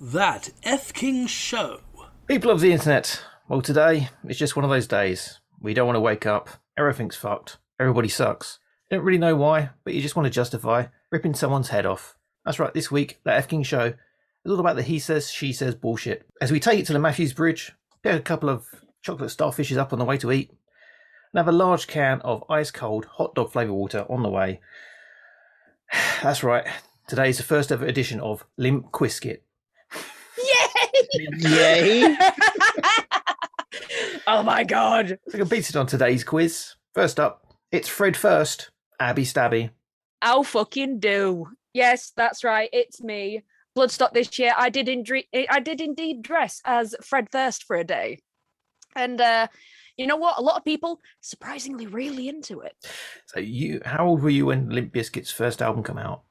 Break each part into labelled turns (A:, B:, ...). A: that F King show.
B: People of the internet, well, today is just one of those days. We don't want to wake up. Everything's fucked. Everybody sucks. You don't really know why, but you just want to justify ripping someone's head off. That's right, this week, that F King show is all about the he says, she says bullshit. As we take it to the Matthews Bridge, pick a couple of chocolate starfishes up on the way to eat, and have a large can of ice cold hot dog flavour water on the way. That's right, today is the first ever edition of Limp Quisket.
C: Yay! oh my god!
B: So competed on today's quiz. First up, it's Fred first, Abby Stabby.
C: I'll fucking do. Yes, that's right. It's me. Bloodstock this year. I did indeed. I did indeed dress as Fred Thirst for a day, and uh, you know what? A lot of people surprisingly really into it.
B: So you how old were you when Limp Bizkit's first album come out?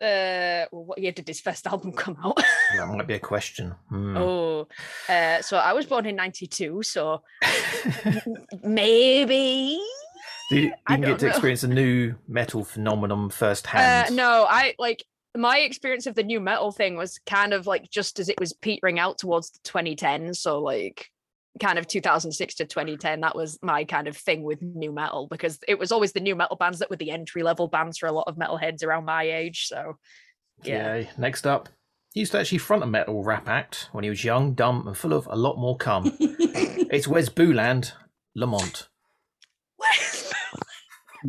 C: Uh, well, what year did his first album come out?
B: That might be a question. Hmm.
C: oh, uh, so I was born in '92, so maybe.
B: So you
C: I
B: didn't get
C: don't
B: to
C: know.
B: experience a new metal phenomenon
C: Uh,
B: firsthand.
C: no, I like my experience of the new metal thing was kind of like just as it was petering out towards the 2010s. So like kind of 2006 to 2010, that was my kind of thing with new metal because it was always the new metal bands that were the entry level bands for a lot of metalheads around my age. So yeah.
B: Okay, Next up, he used to actually front a metal rap act when he was young, dumb, and full of a lot more cum. it's Wes Booland, Lamont.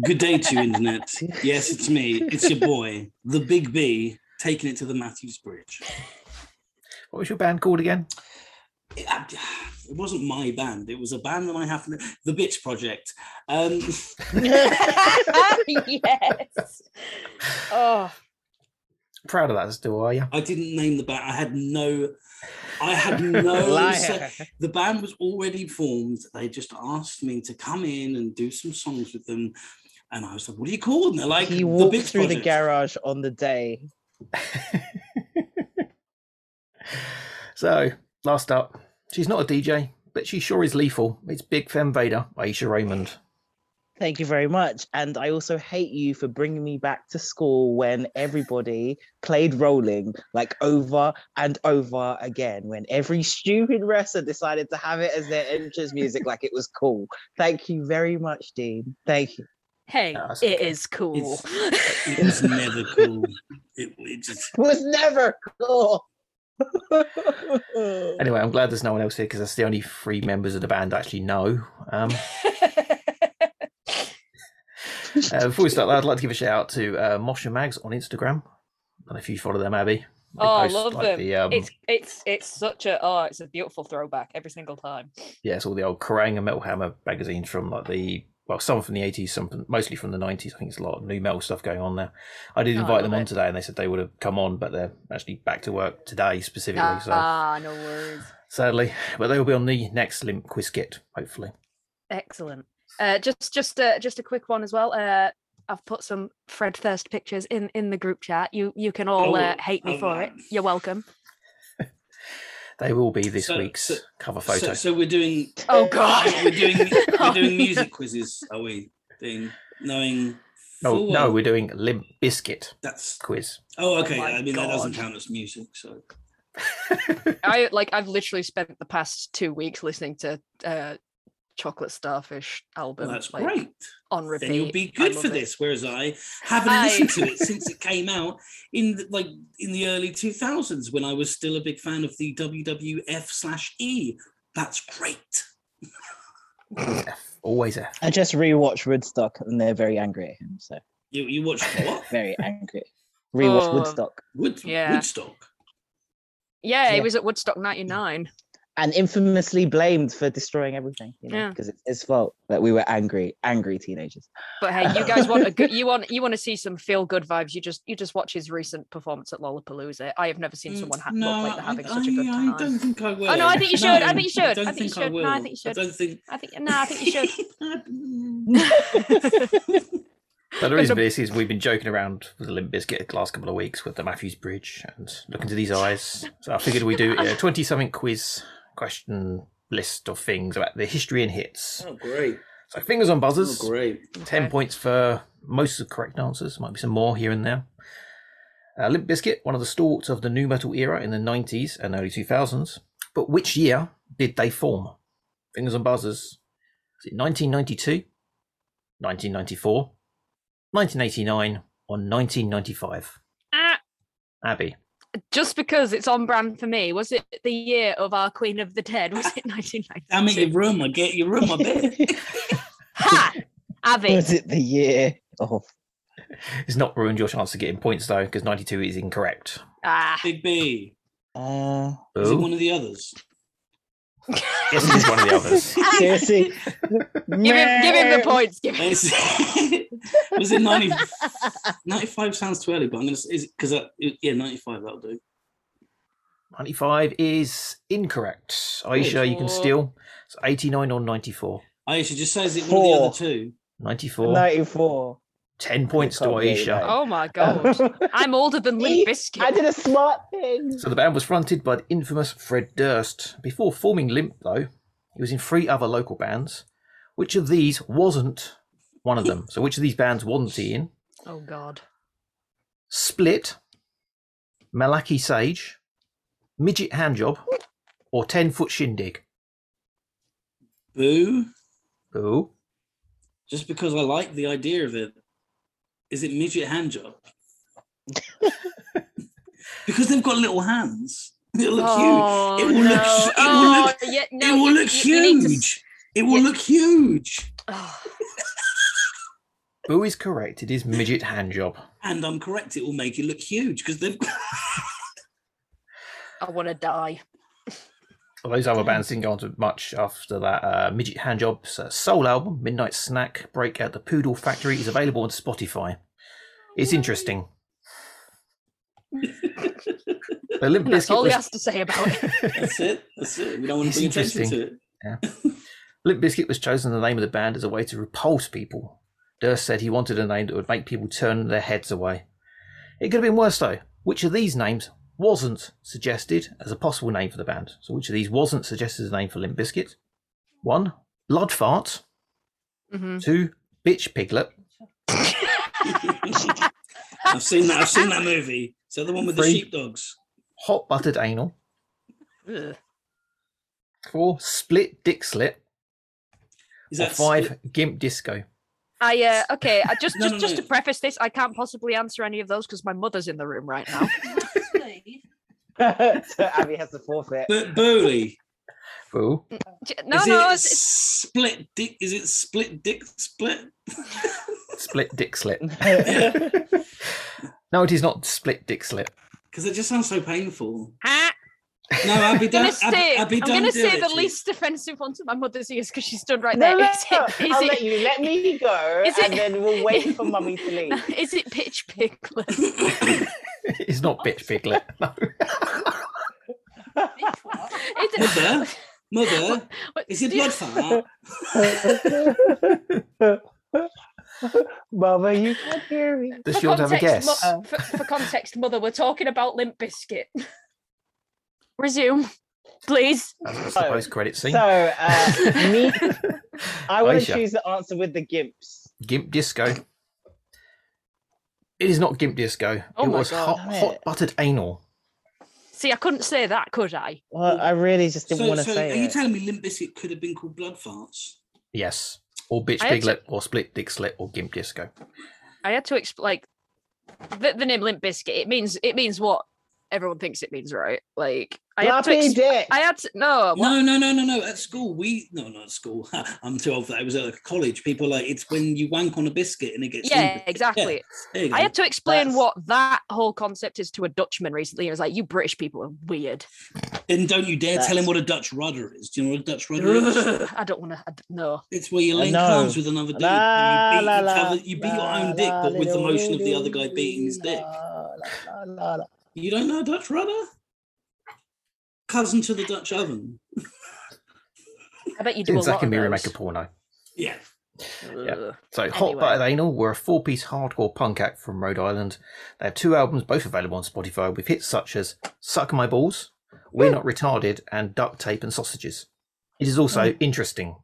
D: Good day to you, internet. yes, it's me. It's your boy, the Big B, taking it to the Matthews Bridge.
B: What was your band called again?
D: It, I- it wasn't my band. It was a band that I have, the Bitch Project. Um,
C: yes. Oh,
B: Proud of that still, are you?
D: I didn't name the band. I had no. I had no.
E: Liar.
D: the band was already formed. They just asked me to come in and do some songs with them. And I was like, what are you called? And they're like,
E: he
D: "The
E: walked
D: Bitch
E: through the
D: Project."
E: garage on the day.
B: So, last up, she's not a DJ, but she sure is lethal. It's Big Femme Vader, Aisha Raymond.
E: Thank you very much. And I also hate you for bringing me back to school when everybody played rolling like over and over again, when every stupid wrestler decided to have it as their entrance music like it was cool. Thank you very much, Dean. Thank you.
C: hey,
B: Yeah, that's
C: it is cool.
D: It was never cool. It, it just
E: It was never cool.
B: Anyway, I'm glad there's no one else here because that's the only three members of the band I actually know. Um, uh, before we start, though, I'd like to give a shout out to uh, Mosh and Mags on Instagram. And if you follow them, Abby, they
C: Oh, I
B: post,
C: love
B: like,
C: them.
B: The, um,
C: it's it's it's such a oh, it's a beautiful throwback every single time.
B: yeah, it's all the old Kerrang and Metal Hammer magazines from like the well, some from the 80s, some from- mostly from the 90s. I think it's a lot of new metal stuff going on there. I did
C: Oh, I
B: invite them
C: love
B: on
C: it.
B: today, and they said they would have come on, but they're actually back to work today specifically. so
C: Ah, no worries.
B: sadly, but they will be on the next Limp Quizkit, hopefully.
C: Excellent. Uh, just just uh, just a quick one as well. Uh, I've put some Fred Thirst pictures in in the group chat. You you can all
D: Oh,
C: uh, hate me
D: oh,
C: for
D: wow.
C: it. You're welcome.
B: They will be this
D: So-
B: week's
D: so-
B: cover photo.
D: So, so we're doing
C: Oh God.
D: we're doing we're
C: Oh,
D: doing
C: yeah.
D: music quizzes, are we? Doing knowing
B: no,
D: full
B: no,
D: well-
B: we're doing Limp Biscuit
D: that's
B: quiz.
D: oh okay.
C: my
D: I mean that doesn't
C: God.
D: count as music, so
C: I like I've literally spent the past two weeks listening to uh, Chocolate Starfish album.
D: well, that's
C: like,
D: great.
C: On repeat.
D: Then you'll be
C: I
D: good for
C: love it.
D: this. Whereas I haven't
C: I-
D: listened to it since it came out in the, like in the early two thousands when I was still a big fan of the WWF slash E. That's great.
B: F, always F.
E: I just rewatched Woodstock and they're very angry at him. So
D: You you watched what?
E: very angry. Rewatched
C: Oh.
E: Woodstock.
D: Wood,
C: Yeah.
D: Woodstock.
C: Yeah,
E: Yeah.
C: it was at Woodstock '99.
E: and infamously blamed for destroying everything you know
C: Yeah.
E: because it's his fault that we were angry angry teenagers
C: But hey, you guys want a good you want you want to see some feel good vibes. You just you just watch his recent performance at Lollapalooza. I have never seen
D: Mm,
C: someone ha- look like they're having such a
D: I-
C: good
D: I-
C: time. Oh,
D: I don't think I will.
C: no, I think you should. I think you should. I
D: don't
C: think
D: I
C: you should. No, I
D: will.
C: think you should.
D: don't think.
C: I think no, I think you should.
B: But the reason
C: the-
B: for this is we've been joking around with the Limp Biscuit the last couple of weeks with the Matthews Bridge and look into these eyes. So I figured we do a 20 something quiz question list of things about the history and hits.
D: oh, great.
B: So fingers on buzzers.
D: Oh, great.
B: 10 points for most of the correct answers. Might be some more here and there. Uh, Limp Bizkit, one of the stalwarts of the new metal era in the 90s and early 2000s. But which year did they form? Fingers and buzzers. Is it 1992, 1994, 1989, or 1995?
C: Ah,
B: Abby.
C: just because it's on brand for me, was it the year of our Queen of the Dead? Was it 1990?
D: Damn it, you ruined my get you ruined my bit.
C: Ha! Avi.
E: Was it the year of?
B: It's not ruined your chance of getting points, though, because 92 is incorrect.
C: Ah,
D: Big B.
E: Uh,
D: Is it
B: Boo.
D: one of the others?
B: Yes, it is one of the others.
E: seriously,
C: Ah. give him, give him the points. Give him.
D: It's- was it 90, 95 sounds too early, but I'm gonna s- is because yeah, 95 that'll do.
B: 95 is incorrect. Aisha, you can steal. It's 89 or 94.
D: Aisha just says it one of the
E: Four.
D: other two.
B: 94.
E: Ninety-four.
B: 10 points to
E: Can't believe
B: Aisha.
E: that.
C: Oh my god, I'm older than Limp
E: I
C: Bizkit.
E: did a smart thing.
B: So the band was fronted by the infamous Fred Durst. Before forming Limp, though, he was in three other local bands. Which of these wasn't one of them? So which of these bands wasn't he in?
C: Oh god.
B: Split, Malaki Sage, Midget Handjob, or Ten Foot Shindig?
D: Boo.
B: Ooh.
D: Just because I like the idea of it. Is it midget hand job? because they've got little hands. It'll look
C: Oh,
D: huge. It will
C: no.
D: look hu- it will
C: oh,
D: look
C: yeah,
D: it
C: no,
D: will
C: you-
D: look
C: you- you need to s-
D: huge. It will
C: yeah.
D: look huge.
C: Oh,
B: Boo is correct. It is Midget Handjob.
D: And I'm correct, it will make it look huge because they've got
C: I want to die.
B: Well, those other bands didn't go on to much after that. Uh, Midget Handjob's uh, soul album, Midnight Snack Break at the Poodle Factory, is available on Spotify. It's interesting. the Limp
C: That's
B: Bizkit
C: all he
B: was,
C: has to say about it.
D: that's it. That's it. We don't want
B: It's
D: to bring attention
B: interesting.
D: to it.
B: Limp Bizkit was chosen the name of the band as a way to repulse people. Durst said he wanted a name that would make people turn their heads away. It could have been worse though. Which of these names wasn't suggested as a possible name for the band? So, which of these wasn't suggested as a name for Limp Bizkit? One, Blood Fart.
C: Mhm.
B: Two, Bitch Piglet.
D: I've seen that. I've seen that movie. Is that the one with the
B: Three.
D: sheepdogs?
B: hot buttered anal,
C: Ugh.
B: four split dick slit,
D: Is
B: or
D: that
B: five gimp disco.
C: I uh, okay. I just
D: No,
C: just
D: no,
C: just
D: no.
C: to preface this, I can't possibly answer any of those because my mother's in the room right now.
E: so Abby has to forfeit.
D: B- Burley?
B: Boo.
C: J- no,
D: is
C: no,
D: it
C: it's, it's
D: split dick? Is it split dick split?
B: Split dick slit. No, it is not split dick slit.
D: Because it just sounds so painful.
C: ah,
D: No, Abby,
C: I'm gonna
D: don't. Abby,
C: say
D: Abby,
C: I'm
D: don't
C: gonna
D: do
C: say
D: it,
C: the
D: Chief.
C: least offensive one to my mother's ears because she stood right
E: No,
C: there.
E: no,
C: Is it? Is
E: I'll
C: it?
E: let you let me go,
C: Is
E: and
C: it-
E: then we'll wait for mummy to leave.
C: Is it pitch piglet?
B: It's not bitch piglet. No.
C: Is it-
D: Mother, mother,
C: what-
D: is it
C: do you-
D: blood fart?
E: Mama, you can't hear me.
B: Does
C: for
B: she want to have a
C: context, uh,
B: guess?
C: mo- for, for context, mother, we're talking about Limp Biscuit. Resume, please.
B: That's what's the
E: Oh,
B: post credit scene.
E: So uh, me, I want to
B: Aisha.
E: choose the answer with the gimps.
B: Gimp disco. It is not gimp disco.
C: Oh
B: it
C: my
B: was
C: God.
B: hot,
E: Damn it.
B: hot buttered anal.
C: See, I couldn't say that, could I?
E: Well, I really just didn't
D: So,
E: want to
D: so are
E: say
D: you
E: it.
D: telling me Limp Bizkit could have been called blood farts?
B: Yes. Or bitch
C: I actually-
B: piglet, or split dick slit, or gimp disco.
C: I had to explain like the, the name Limp Biscuit. It means it means what everyone thinks it means, right? Like I had to.
E: Floppy
C: Ex-
E: dick.
C: I had to no. What?
D: No, no, no, no, no. At school, we no, not at school. I'm too old for that. It was at college. People are like it's when you wank on a biscuit and it gets.
C: Yeah,
D: limpid."
C: exactly.
D: There you go.
C: I had to explain
E: That's-
C: what that whole concept is to a Dutchman recently. He was like, "You British people are weird."
D: Then don't you dare tell him
E: That's-
D: what a Dutch rudder is. Do you know what a Dutch rudder is?
C: Ugh, I don't want to. No,
D: It's where you
E: I
D: link
E: know.
D: arms with another dude. and
E: La,
D: you beat each
E: la, la,
D: other. You beat
E: la,
D: your own dick,
E: la,
D: but with the
E: little
D: motion of the other guy
E: lady,
D: beating his dick.
E: la, la, la, la.
D: You don't know a Dutch rudder? Cousin to the Dutch oven.
C: I bet you do
B: Didn't
C: a lot
B: Zach
C: of
B: and Miri
C: those.
B: make a porno?
D: Yeah.
C: Ugh.
B: So, Hot
C: Anyway.
B: Buttered Anal were a four piece hardcore punk act from Rhode Island. They have two albums, both available on Spotify, with hits such as Suck My Balls, We're Not Retarded, and Duct Tape and Sausages. It is also interesting.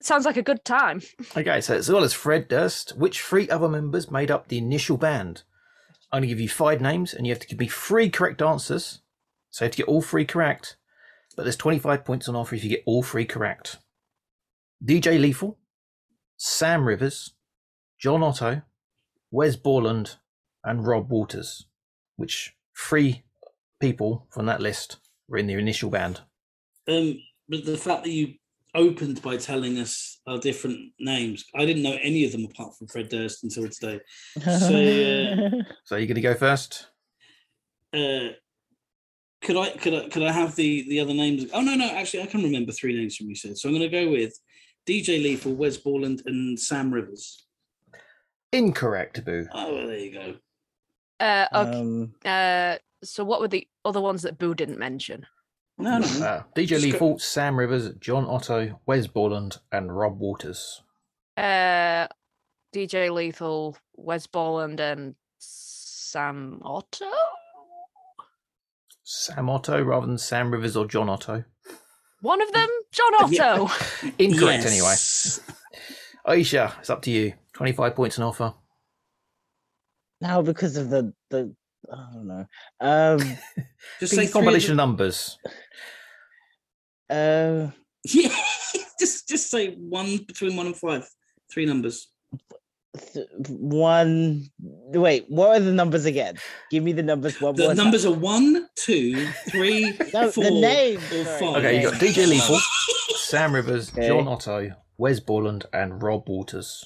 C: Sounds like a good time.
B: Okay, so as well as Fred Durst, which three other members made up the initial band? I'm going to give you five names, and you have to give me three correct answers. So you have to get all three correct. But there's 25 points on offer if you get all three correct. DJ Lethal, Sam Rivers, John Otto, Wes Borland, and Rob Waters, which three people from that list were in the initial band.
D: Um, but the fact that you opened by telling us our different names, I didn't know any of them apart from Fred Durst until today. So, uh, yeah.
B: So you're going to go first?
D: Uh, could I could I could I have the the other names? Oh no no, actually I can remember three names from you said. So I'm going to go with DJ Lethal, Wes Borland, and Sam Rivers.
B: Incorrect, Boo.
D: Oh well, there you go.
C: Uh, okay.
E: Um,
C: uh, so what were the other ones that Boo didn't mention?
D: No no, no.
B: Uh, DJ
D: Just go-
B: Lethal, Sam Rivers, John Otto, Wes Borland, and Rob Waters.
C: Uh, DJ Lethal, Wes Borland, and Sam Otto.
B: Sam Otto rather than Sam Rivers or John Otto.
C: One of them, John
D: Yeah.
C: Otto.
B: Incorrect, anyway.
D: Yes.
B: Aisha, it's up to you. 25 points on offer.
E: now because of the the I don't know. Um,
D: Just
B: Big
D: say
B: combination
D: combination.
B: of numbers.
E: uh,
D: Yeah, just just say one between one and five, three numbers.
E: th- one. Wait, what are the numbers again? Give me the numbers one
D: The
E: more. time.
D: numbers are one, two, three,
E: No,
D: four,
E: the name.
D: or
E: sorry,
D: five.
E: the
B: Okay, you got
E: name.
B: DJ Lethal, Sam Rivers,
E: Oh, Okay.
B: John Otto, Wes Borland, and Rob Waters.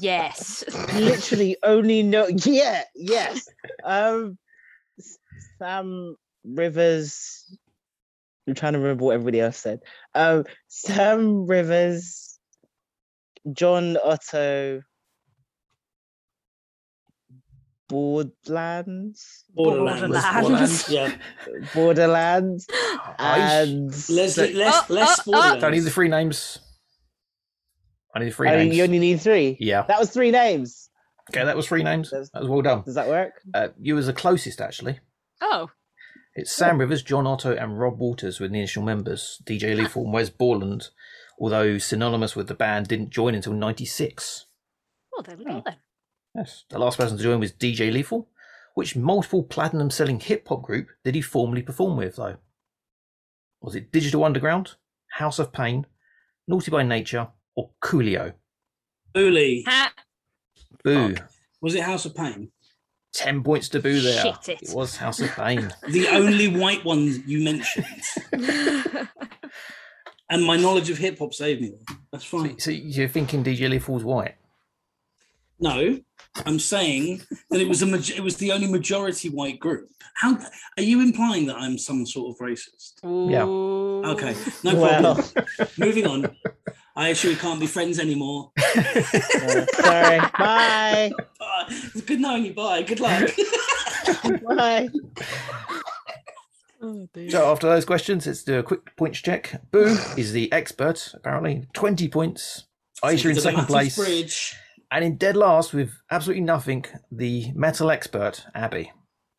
C: yes.
E: Literally only know. Yeah, yes. Um, S- Sam Rivers. I'm trying to remember what everybody else said. Um, Sam Rivers, John Otto, Borderlands,
D: Borderlands.
C: Borderlands.
D: Yeah,
E: Borderlands,
B: Aish.
E: and
D: let's
B: So-
D: let's
C: Oh,
D: let's
C: oh, oh.
D: Borderlands.
B: Don't need the three names. I need the three
E: Oh,
B: names.
E: you only need three.
B: Yeah.
E: That was three names.
B: Okay, that was three names.
E: That's-
B: That was well done.
E: Does that work?
B: Uh, you was the closest, actually.
C: Oh,
B: It's Sam Rivers, John Otto, and Rob Waters were the initial members. DJ Lethal and Wes Borland, although synonymous with the band, didn't join until '96.
C: well, there we go then.
B: Yes, the last person to join was DJ Lethal, which multiple platinum-selling hip-hop group did he formerly perform with, though? Was it Digital Underground, House of Pain, Naughty by Nature, or Coolio?
D: Bully.
C: Ha,
B: Boo!
D: Was it House of Pain?
B: Ten points to Boo there.
C: Shit it.
B: it was House of Pain.
D: The only white ones you mentioned. And my knowledge of hip hop saved me. That's
B: so,
D: fine.
B: so you're thinking DJ Lethal's white?
D: No, I'm saying that it was a maj- it was the only majority white group. How are you implying that I'm some sort of racist?
B: Yeah.
C: Ooh.
D: Okay, no
E: Well.
D: problem. Moving on. I actually can't be friends anymore.
E: Uh, sorry. Bye.
D: Uh, it's good knowing you. Bye. Good luck.
E: Bye.
C: Oh,
B: So after those questions, let's do a quick points check. Boo is the expert, apparently. 20 points. Aisha in
D: To the
B: second
D: Matthews
B: place.
D: Bridge.
B: And in dead last, with absolutely nothing, the metal expert, Abby.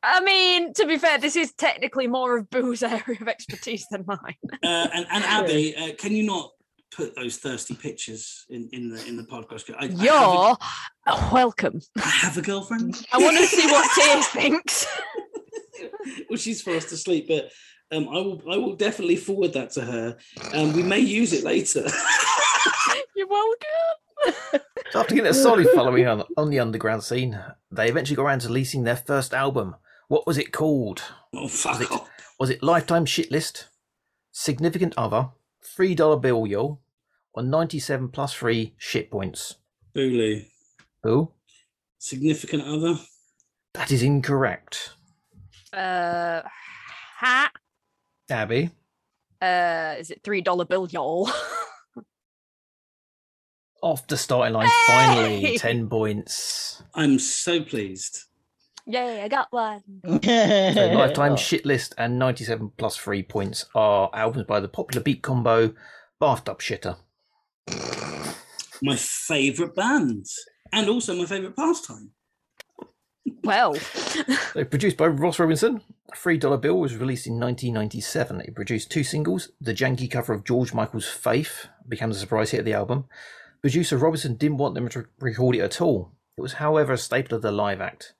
C: I mean, to be fair, this is technically more of Boo's area of expertise than mine.
D: Uh, and, and Abby, uh, can you not put those thirsty pictures in, in the in the podcast? I, I have a-
C: You're welcome.
D: I have a girlfriend.
C: I want to see what Tears thinks.
D: well, she's fast asleep, but um, I will I will definitely forward that to her. Um, we may use it later.
C: You're welcome.
B: So after getting a solid following on, on the underground scene, they eventually got around to releasing their first album. What was it called?
D: oh fuck off!
B: Was it Lifetime Shitlist, Significant Other, $3 Bill Y'all, or 97 plus 3 shit points?
D: Booley,
B: Boo,
D: significant other.
B: that is incorrect.
C: Uh, ha.
B: Abby,
C: Uh, is it three dollar bill, y'all?
B: off the starting line finally
C: Hey!
B: 10 points
D: I'm so pleased.
C: Yay, I got one.
B: so lifetime shit list and 97 plus 3 points are albums by the popular beat combo bathtub shitter
D: My favorite band, and also my favorite pastime.
C: Well,
B: they were produced by ross robinson three dollar bill was released in 1997 it produced two singles the janky cover of george michael's faith became the surprise hit of the album producer robinson didn't want them to record it at all it was however a staple of the live act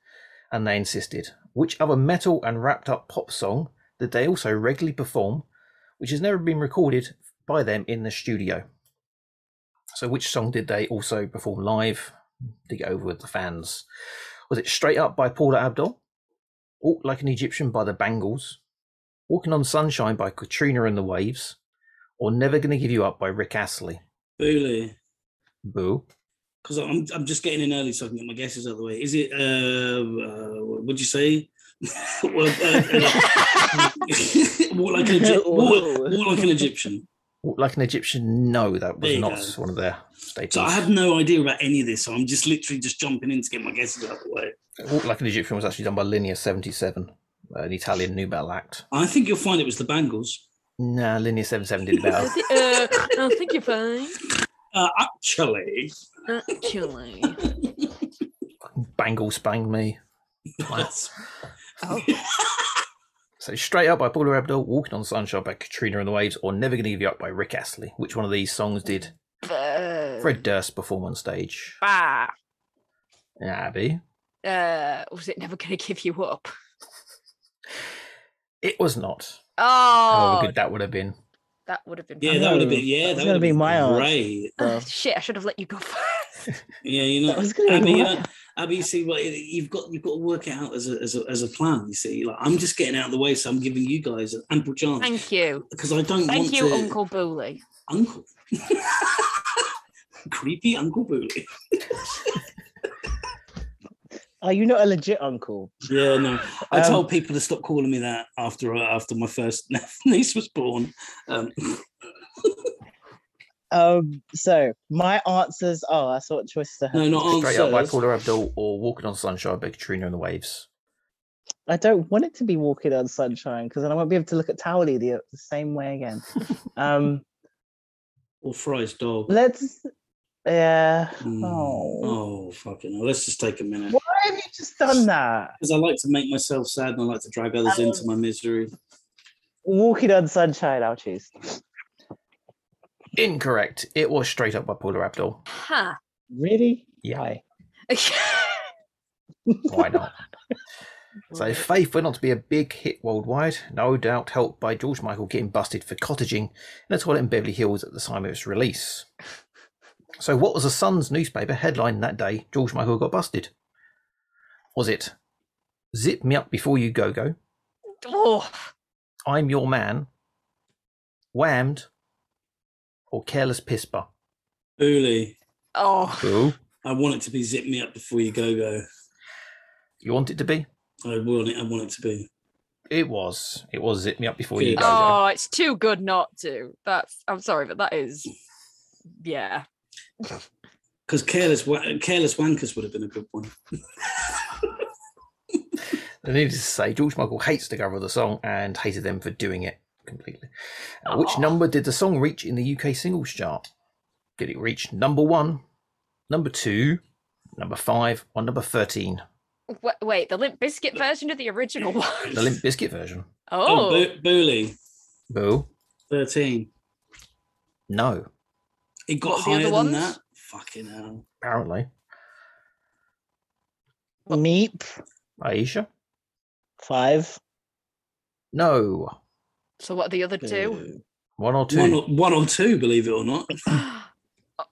B: and they insisted. Which other metal and wrapped up pop song did they also regularly perform, which has never been recorded by them in the studio? So, which song did they also perform live to get over with the fans? Was it Straight Up by Paula Abdul? Walk Like an Egyptian by the Bangles? Walking on Sunshine by Katrina and the Waves? Or Never Gonna Give You Up by Rick Astley?
D: Booley.
B: Boo.
D: Because I'm, I'm just getting in early so I can get my guesses out of the way. Is it, uh, uh, what would you say? well, uh, uh, walk, like an Egypt, walk,
E: Whoa.
D: walk like an Egyptian.
B: Walk Like an Egyptian? No, that
D: There
B: was
D: you
B: not
D: go.
B: one of their staples.
D: So I had no idea about any of this. So I'm just literally just jumping in to get my guesses out of the way.
B: Walk Like an Egyptian was actually done by Linea 77, an Italian new metal act.
D: I think you'll find it was the Bangles.
B: Nah, Linea 77 did better.
C: uh, I think you're fine.
D: Uh, actually,
C: Uh, Actually.
B: Bangle spanged me.
D: that's-
C: Oh.
B: So straight up by Paula Abdul, Walking on Sunshine by Katrina and the Waves, or Never Gonna Give You Up by Rick Astley. Which one of these songs did
C: Uh,
B: Fred Durst perform on stage?
C: bah.
B: Abby.
C: Uh, was it never going to give you up?
B: It was not.
C: Oh,
B: However good that would have been.
C: that would have been.
D: yeah,
C: fun.
D: that would have
E: know.
D: been yeah.
E: That's
D: That
E: gonna
D: would have
E: be
D: been
E: my answer.
D: great.
E: Well,
C: Shit, I should have let you go first.
D: Yeah, you
E: that
D: know,
E: was gonna
D: Abby,
E: be
D: uh, Abby, you see, well, you've got you've got to work it out as a, as a as a plan. You see, like I'm just getting out of the way, so I'm giving you guys an ample chance
C: Thank you.
D: because I don't want
C: Thank you,
D: to.
C: Uncle Booley.
D: Uncle. Creepy Uncle Booley.
E: Are you not a legit uncle?
D: Yeah, no. I
E: Um,
D: told people to stop calling me that after uh, after my first niece was born. Um,
E: Um, so my answers are. So what choices I have?
D: no, not
B: Straight up by
D: answers.
B: Paula Abdul or Walking on Sunshine by Katrina and the Waves.
E: I don't want it to be walking on sunshine because then I won't be able to look at Towley the, the same way again. um,
D: Or Fry's dog.
E: let's. Yeah.
D: Mm.
E: Oh.
D: Oh, fucking hell. Let's just take a minute.
E: Why have you just done that?
D: Because I like to make myself sad and I like to drag others into my misery.
E: Walking on sunshine. I'll choose.
B: Incorrect. It was straight up by Paula Abdul.
C: Huh.
E: Really?
B: Yeah.
E: Why?
B: Why not? So Faith went on to be a big hit worldwide, no doubt helped by George Michael getting busted for cottaging in a toilet in Beverly Hills at the time of its release. So what was the Sun's newspaper headline that day George Michael got busted? Was it Zip Me Up Before You Go Go,
C: oh,
B: I'm Your Man, Whammed, or Careless Pisper?
D: Booley,
C: oh,
B: Boo.
D: I want it to be zip me up before you go go.
B: You want it to be?
D: I want it. I want it to be.
B: It was. It was Zip Me Up Before You
D: Good.
B: Go Go.
C: oh, it's too good not to. That's. I'm sorry, but that is. Yeah.
D: Because careless, Wa- careless wankers would have been a good one.
B: And needless to say, George Michael hates the cover of the song and hated them for doing it completely. Uh, which
C: Aw.
B: number did the song reach in the UK singles chart? Did it reach number one, number two, number five, or number 13?
C: Wait, wait the Limp Biscuit version of the original one.
B: The Limp Bizkit version.
C: Oh,
D: Bo- Booley,
B: Boo.
D: thirteen.
B: No,
D: It got
C: What, the
D: higher
C: other
D: than
C: ones?
D: that. Fucking hell.
B: apparently.
E: Meep
B: Aisha?
E: five.
B: No.
C: so what are the other
D: Uh,
C: two?
B: One or two.
D: One or, one or two, believe it or not.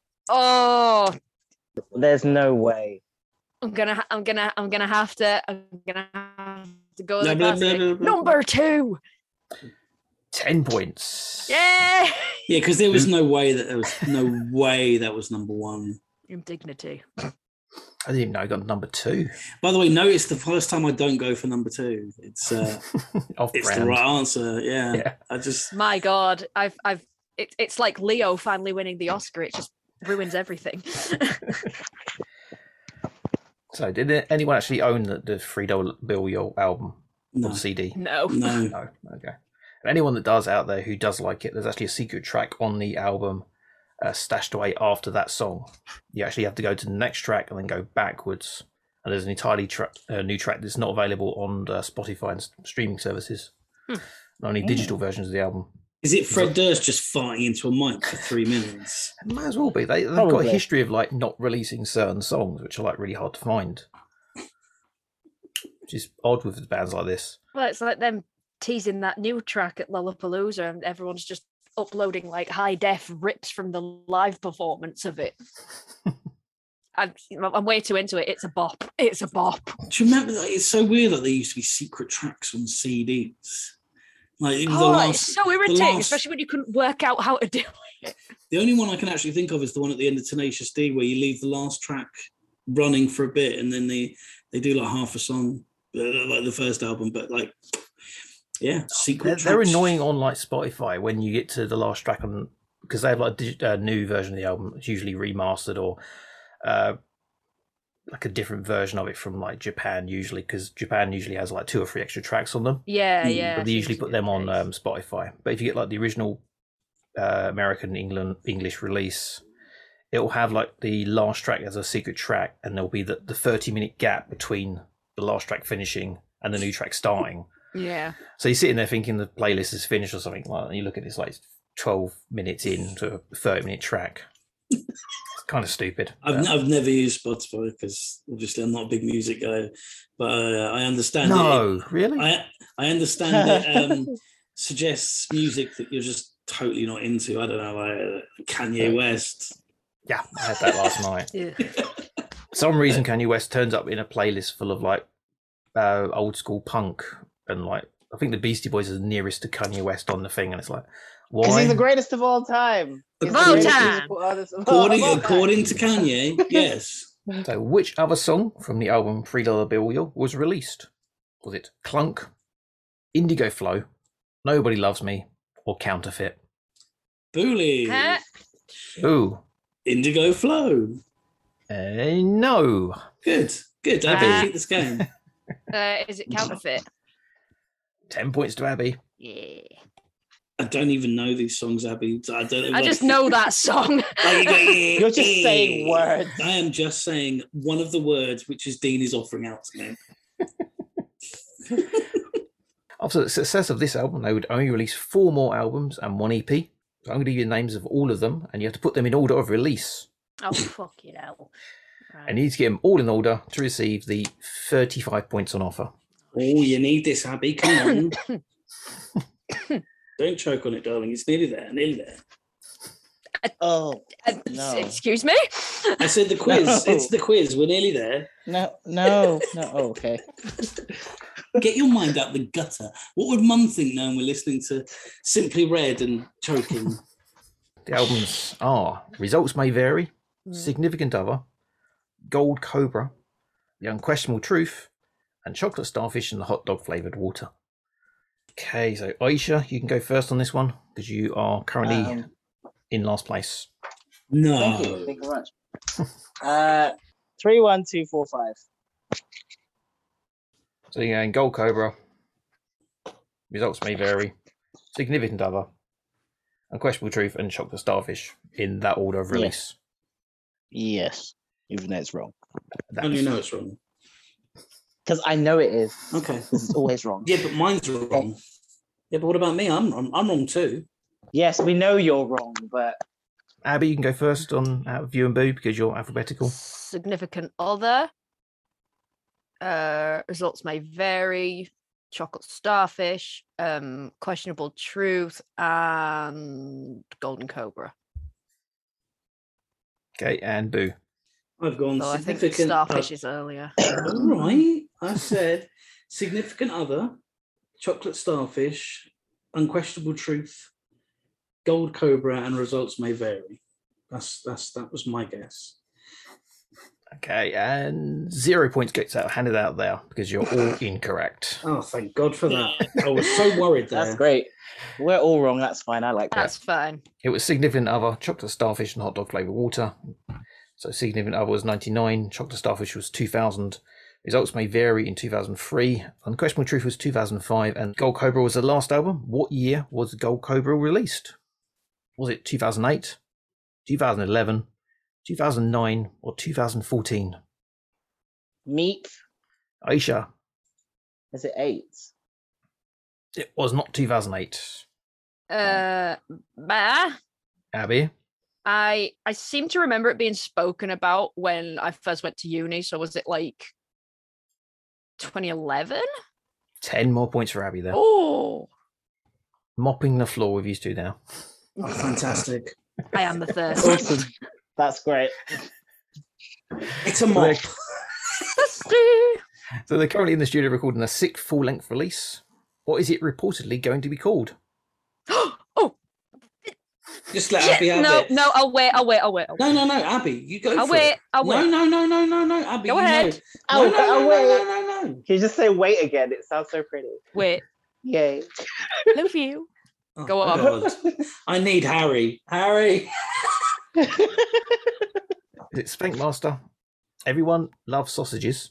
C: oh,
E: There's no way.
C: I'm gonna, ha- I'm gonna, I'm gonna have to, I'm gonna have to go with
D: Blah,
C: the
D: blah, blah,
C: classic.
D: blah, blah.
C: number two.
B: Ten points.
C: Yeah.
D: Yeah, because there was no way that there was no way that was number one.
C: Indignity.
B: I didn't even know I got number two
D: By the way, notice the first time I don't go for number two. It's uh,
B: off
D: it's
B: brand.
D: the right answer. Yeah,
B: Yeah.
D: I just
C: My God, I've, I've, it, it's like Leo finally winning the Oscar. It just ruins everything.
B: So, did anyone actually own the, the $3 Bill Yo album
D: no,
B: on CD?
C: no.
D: no.
B: No, okay. And anyone that does out there who does like it, there's actually a secret track on the album uh, stashed away after that song. You actually have to go to the next track and then go backwards. And there's an entirely tra- uh, new track that's not available on uh, Spotify and s- streaming services.
C: Hmm.
B: Only digital versions of the album.
D: Is it Fred Durst just farting into a mic for three minutes?
B: It might as well be. They, they've got a
E: Probably.
B: history of like not releasing certain songs, which are like really hard to find. which is odd with bands like this.
C: Well, it's like them teasing that new track at Lollapalooza, and everyone's just uploading like high def rips from the live performance of it. I'm, I'm way too into it. It's a bop. It's a bop.
D: Do you remember that? It's so weird that there used to be secret tracks on CDs. Like it was the
C: Oh,
D: last,
C: it's so irritating,
D: last-
C: especially when you couldn't work out how to do
D: the only one I can actually think of is the one at the end of Tenacious D, where you leave the last track running for a bit, and then they they do like half a song, uh, like the first album. But like, yeah, secret.
B: They're, they're
D: tracks.
B: annoying on like Spotify when you get to the last track on because they have like a digi- uh, new version of the album. It's usually remastered or uh, like a different version of it from like Japan usually because Japan usually has like two or three extra tracks on them.
C: Yeah,
D: Mm,
C: yeah.
B: but they
C: seems
B: usually
C: to
B: put
C: be
B: them
C: the
B: on
C: case.
B: um, Spotify. But if you get like the original uh, American England English release, it will have like the last track as a secret track, and there'll be the, the thirty minute gap between the last track finishing and the new track starting.
C: yeah.
B: So you're sitting there thinking the playlist is finished or something like that, and you look at this like twelve minutes into a thirty minute track. it's kind of stupid.
D: I've,
B: but-
D: n- I've never used Spotify because obviously I'm not a big music guy, but uh, I understand. It,
B: no, really?
D: I I understand it um, suggests music that you're just totally not into. I don't know, like uh, Kanye West.
B: yeah, I had that last night.
C: yeah.
B: For some reason Kanye West turns up in a playlist full of like uh, old school punk and like I think the Beastie Boys are the nearest to Kanye West on the thing, and it's like
E: Because
B: why?
E: he's the greatest of all time. He's the
C: Of all
E: greatest
C: time.
E: musical artist of all-
D: According,
E: of all time.
D: according to Kanye, yes.
B: so which other song from the album Three Dollar Bill Yo was released? Was it Clunk, Indigo Flow, Nobody Loves Me, or Counterfeit?
D: Booley,
C: Huh?
B: Ooh,
D: Indigo Flow.
B: uh, no.
D: Good, good. I
E: Ah.
C: Abby.
D: beat this game.
C: Uh, is it counterfeit?
B: Ten points to Abby.
C: Yeah.
D: I don't even know these songs, Abby. I don't.
C: I just know that song.
D: Like, you go, "Eh,
E: You're just
D: eh."
E: saying words.
D: I am just saying one of the words which is Dean is offering out to me.
B: After the success of this album, they would only release four more albums and one EP. So I'm going to give you the names of all of them, and you have to put them in order of release.
C: oh fuck it hell.
B: I
C: Right.
B: need to get them all in order to receive the 35 points on offer.
D: Oh, you need this, Abby. Come on. Don't choke on it, darling. It's nearly there. Nearly there.
E: Oh
C: Uh,
E: No.
C: Excuse me.
D: I said the quiz.
E: No.
D: It's the quiz. We're nearly there.
E: no, no, no. Oh, okay.
D: Get your mind out the gutter. What would Mum think knowing we're listening to Simply Red and choking?
B: The albums are Results May Vary, Significant Other, Gold Cobra, The Unquestionable Truth, and Chocolate Starfish and the Hot Dog Flavoured Water. Okay, so Aisha, you can go first on this one because you are currently
E: Um,
B: in last place.
D: No.
E: Thank you. Thank you very much. Uh, three, one, two, four, five.
B: So you're going Gold Cobra, Results May Vary, Significant Other, Unquestionable Truth, and Chocolate Starfish in that order of
E: Yeah.
B: release.
E: Yes, even though it's wrong.
D: How do you
B: That's-
D: know it's wrong?
E: Because I know it is.
D: Okay.
E: This is always wrong.
D: Yeah, but mine's wrong. Yeah, but what about me? I'm I'm, I'm wrong too.
E: Yes, we know you're wrong, but
B: Abby, you can go first on out of you and Boo because you're alphabetical.
C: Significant other. Uh, results may vary. Chocolate starfish, um, questionable truth, and golden cobra.
B: Okay, and Boo.
D: I've gone
C: Though I think
D: significant.
C: starfish is earlier.
D: All right. I said significant other, chocolate starfish, unquestionable truth, gold cobra, and results may vary. That's that's that was my guess.
B: Okay, and zero points gets out handed out there because you're all incorrect.
D: Oh, thank God for that. I was so worried there.
E: that's great. We're all wrong. That's fine. I like that.
C: That's fine.
B: It was significant other, chocolate starfish, and hot dog flavored water. So significant other was 99, chocolate starfish was 2000. Results may vary in 2003. Unquestionable Truth was 2005, and Gold Cobra was the last album. What year was Gold Cobra released? Was it 2008, 2011, 2009, or 2014?
E: Meep.
B: Aisha,
E: Is it eight?
B: it was not 2008.
C: Uh, bah.
B: Abby?
C: I I seem to remember it being spoken about when I first went to uni. So was it like 2011.
B: 10 more points for Abby there.
C: Oh,
B: Mopping the floor with you two now.
D: Oh, fantastic.
C: I am the third.
E: Awesome. That's great.
D: It's a mop.
B: So they're currently in the studio recording a sixth full length release. What is it reportedly going to be called?
C: oh,
D: Just let Abby
C: shit.
D: have
C: No,
D: it.
C: no, I'll wait. I'll wait. I'll wait. I'll wait.
D: No, no, no, Abby, you go
C: I'll
D: for
C: wait.
D: it.
C: I'll
D: No,
C: wait.
D: no, no, no, no, no, Abby.
C: Go
D: you
C: ahead.
D: Know. No,
E: I'll-
D: no,
E: I'll
D: no,
E: Oh, wait.
D: no, no, no, no.
E: Can you just say wait again? It sounds so pretty.
C: Wait.
E: Yay.
C: Love you.
D: Oh,
C: Go on.
D: God. I need Harry. Harry.
B: Is it Spank Master? Everyone loves sausages.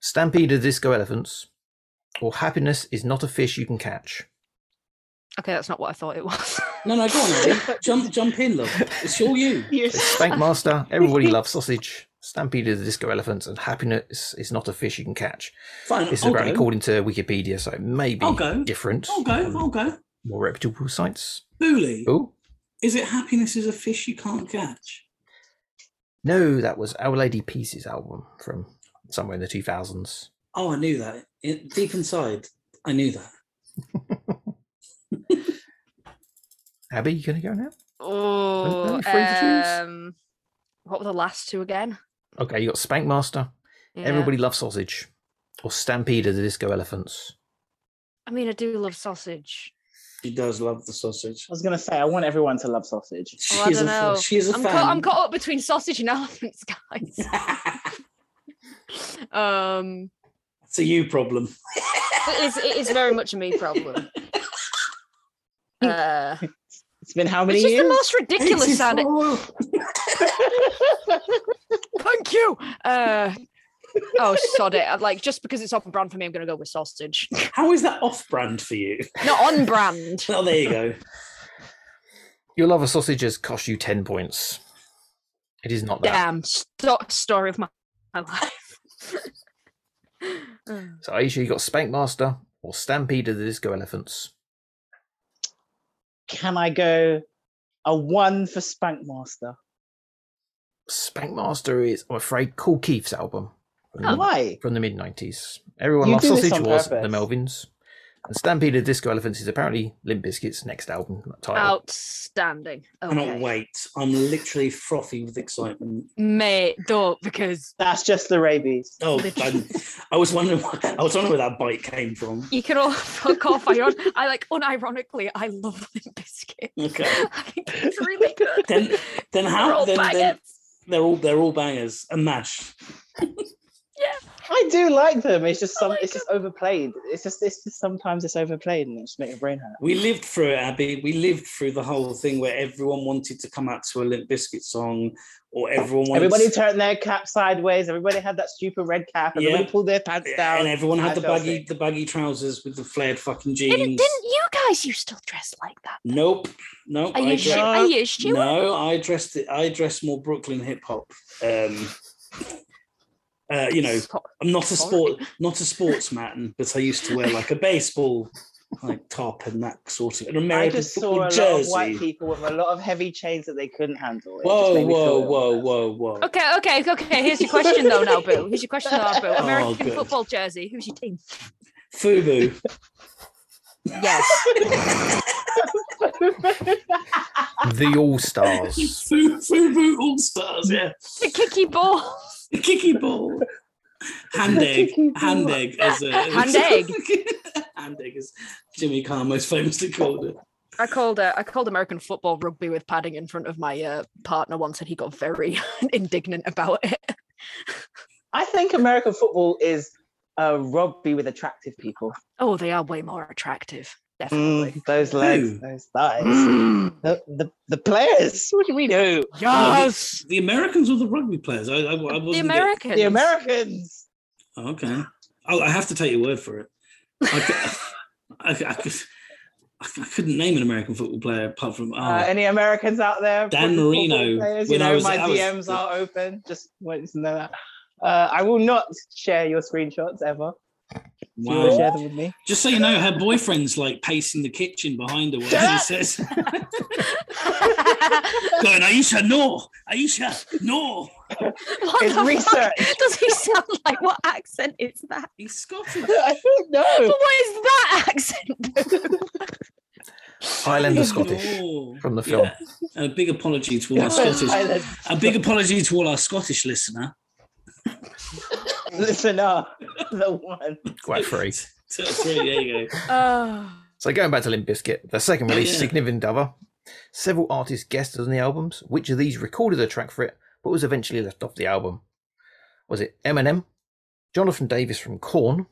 B: Stampede of disco elephants. Or happiness is not a fish you can catch.
C: Okay, that's not what I thought it was.
D: No, no, go on, Abby. jump, jump in, love. It's all you.
B: It's Spank Master. Everybody loves sausage. Stampede of the disco elephants and happiness is not a fish you can catch.
D: Fine.
B: This is
D: I'll
B: apparently
D: go.
B: according to Wikipedia, so maybe
D: I'll go.
B: different.
D: I'll go.
B: on
D: I'll go.
B: More reputable sites.
D: Booley,
B: Oh
D: is it happiness is a fish you can't catch?
B: no, that was Our Lady Pieces album from somewhere in the two thousands.
D: Oh, I knew that. It, deep inside, I knew that.
B: Abby, you gonna go now?
C: Oh,
B: free to choose?
C: um, what were the last two again?
B: Okay, you got Spank Master.
C: Yeah.
B: Everybody loves sausage, or Stampede of the Disco Elephants.
C: I mean, I do love sausage.
D: She does love the sausage.
E: I was gonna say I want everyone to love sausage.
D: She's
C: Oh, I
D: a
C: don't
D: fa-
C: know.
D: she's a
C: I'm
D: fan.
C: caught, I'm caught up between sausage and elephants, guys. um,
D: it's a you problem.
C: it is, it is very much a me problem. Uh,
E: It's been how many
C: it's just the
E: years?
C: most ridiculous sounding.
D: 84.
C: Thank you. Uh, oh, sod it. I'd Like, just because it's off brand for me, I'm going to go with sausage.
D: How is that off brand for you?
C: Not on brand.
D: Oh, there you go.
B: Your love of sausages cost you ten points. It is not that.
C: Damn. Sto- story of my, my life. Uh,
B: So Aisha, you got Spank Master or Stampede of the Disco Elephants.
E: Can I go a one for Spankmaster?
B: Spank Master is, I'm afraid, Cool Keith's album from the,
C: Oh.
E: Why?
B: from the mid '90s. Everyone
E: Oh, You
B: loves
E: do this
B: sausage
E: on
B: was the
E: purpose.
B: Melvins, and Stampede of the Disco Elephants is apparently Limp Bizkit's next album title.
C: outstanding.
D: I
C: Okay.
D: cannot wait. I'm literally frothy with excitement.
C: Mate, don't, because
E: That's just the rabies.
D: Oh,
C: Literally.
D: I'm, I was wondering. I was wondering where that bite came from.
C: you can all fuck off. I, don't, I like, unironically, I love Limp Biscuit.
D: Okay.
C: I think it's really good.
D: Then, then
C: They're
D: how?
C: all
D: Then, then
C: bangers.
D: they're all they're all bangers and mash.
E: I do like them. It's just
C: I
E: some
C: like
E: it's just overplayed. It's just it's just sometimes it's overplayed and it just make your brain hurt.
D: We lived through it, Abby. We lived through the whole thing where everyone wanted to come out to a Limp Biscuit song, or everyone wanted
E: Everybody
D: to-
E: turned their cap sideways, everybody had that stupid red cap, everybody
D: Yeah.
E: pulled their pants down.
D: and everyone
E: I
D: had the
E: felt
D: baggy
E: sick.
D: the baggy trousers with the flared fucking jeans.
C: Didn't, didn't you guys used to dress like that?
D: Nope, nope.
C: Are you
D: dre-
C: sure? Are you sure?
D: No, I dressed it. I dressed more Brooklyn hip hop. Um, uh, you know,
C: So-
D: I'm not a
C: Sorry.
D: sport, not a sports man, but I used to wear like a baseball like top and that sort of an
E: I
D: American
E: just saw
D: football
E: a lot of white
D: jersey.
E: people with a lot of heavy chains that they couldn't handle. It just
D: Whoa,
E: made me feel
D: whoa,
E: ill.
D: whoa, whoa, whoa!
C: Okay, okay, okay. Here's your question though, now, Boo. Here's your question now, Boo.
D: Oh,
C: American
D: good.
C: football jersey. Who's your team?
D: Fubu.
C: Yes.
B: the All Stars.
D: Fu- Fubu All Stars. Yeah,
C: the kicky ball.
D: the kicky ball. Hand egg,
E: Kicky ball.
D: hand egg, as a,
C: Hand egg.
D: hand egg, as Jimmy Carr most famously called it.
C: I called uh, I called American football rugby with padding in front of my uh, partner once, and he got very indignant about it.
E: I think American football is uh, rugby with attractive people.
C: Oh, they are way more attractive, definitely.
E: Mm, those legs,
D: Who? Mm.
E: those thighs. The, the, the players. What do we know?
D: Yes. The Americans or the rugby players? I, I, I wasn't
C: the
D: get-
C: Americans.
E: The Americans.
D: Oh, okay. Oh, I have to take your word for it. I, cou- I, cou- I, could, I, cou- I couldn't name an American football player apart from. Oh,
E: Uh, any Americans out there?
D: Dan
E: Football
D: Marino,
E: Players, you
D: when I
E: know,
D: was-
E: my
D: I was-
E: DMs are open. Just want you to know that. Uh, I will not share your screenshots ever. Do you want to share
D: Wow.
E: them with me?
D: Just so you know, her boyfriend's like pacing the kitchen behind her while
E: Shut
D: she
E: up.
D: says, going, Aisha, no, Aisha, no.
C: what
E: It's
C: the
E: research.
C: fuck does he sound like? What accent is that?
D: He's Scottish.
E: I
C: But
E: don't know.
C: what is that accent?
B: Highlander Scottish
D: No.
B: from the film.
D: A big apology to all our Scottish.
E: Island.
D: A big apology to all our Scottish listener.
E: Listen up. The one.
B: Quite free.
D: Two or three, there you go.
C: oh.
B: So going back to Limp Bizkit, their second release,
D: Yeah.
B: Significant Other, several artists guested on the albums, which of these recorded a track for it, but was eventually left off the album. Was it Eminem, Jonathan Davis from Korn,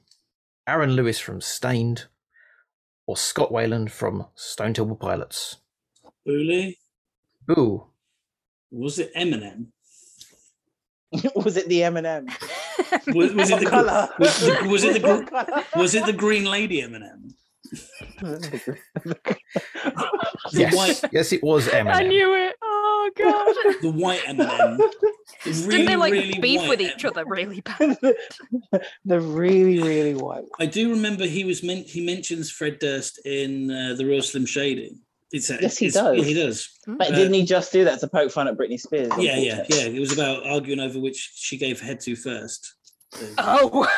B: Aaron Lewis from Stained, or Scott Wayland from Stone Temple Pilots?
D: Really?
B: Ooh,
D: Was it Eminem?
E: Was it the M&M?
D: Was, was it
E: What
D: the
E: colour?
D: was it the- was it the
E: What
D: was it the Green Lady Eminem?
E: colour?
D: The
B: yes,
D: white,
B: yes, it was Eminem.
C: I knew it. Oh god.
D: the white Eminem. The really,
C: Did they like
D: really
C: beef
D: white
C: with
D: Eminem.
C: each other really bad?
E: the really, really white.
D: I do remember he was meant. He mentions Fred Durst in uh, the Real Slim Shady. It's a,
E: Yes, he
D: it's- Yeah,
E: does.
D: he does.
E: But
D: Uh,
E: didn't he just do that to poke fun at Britney Spears?
D: Yeah, yeah, yeah. It was about arguing over which she gave head to first. So
C: Oh,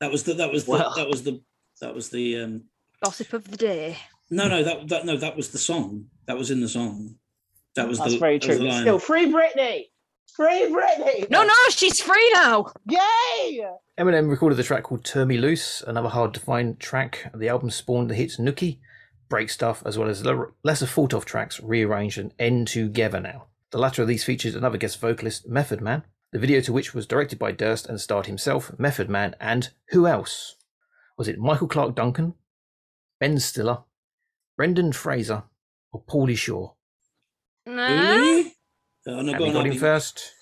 D: That was the. That was the.
E: Wow.
D: That was the. That was the. Um,
C: gossip of the day.
D: no, no, that, that no, that was the song. That was in the song. That was
E: That's
D: the.
E: very
D: that was
E: true.
D: the line.
E: Still, free Britney! Free Britney!
C: No, no, she's free now.
E: Yay!
B: Eminem recorded the track called Turn Me Loose, another hard to find track. The album spawned the hits Nookie, Break Stuff, as well as le- lesser thought of tracks rearranged and end together now. The latter of these features another guest vocalist, Method Man, the video to which was directed by Durst and starred himself, Method Man, and who else? Was it Michael Clark Duncan, Ben Stiller, Brendan Fraser, or Paulie Shaw?
C: Nah.
D: Really? Oh, no,
B: Have
D: go
B: you
D: on,
B: got
D: Abby.
B: him first?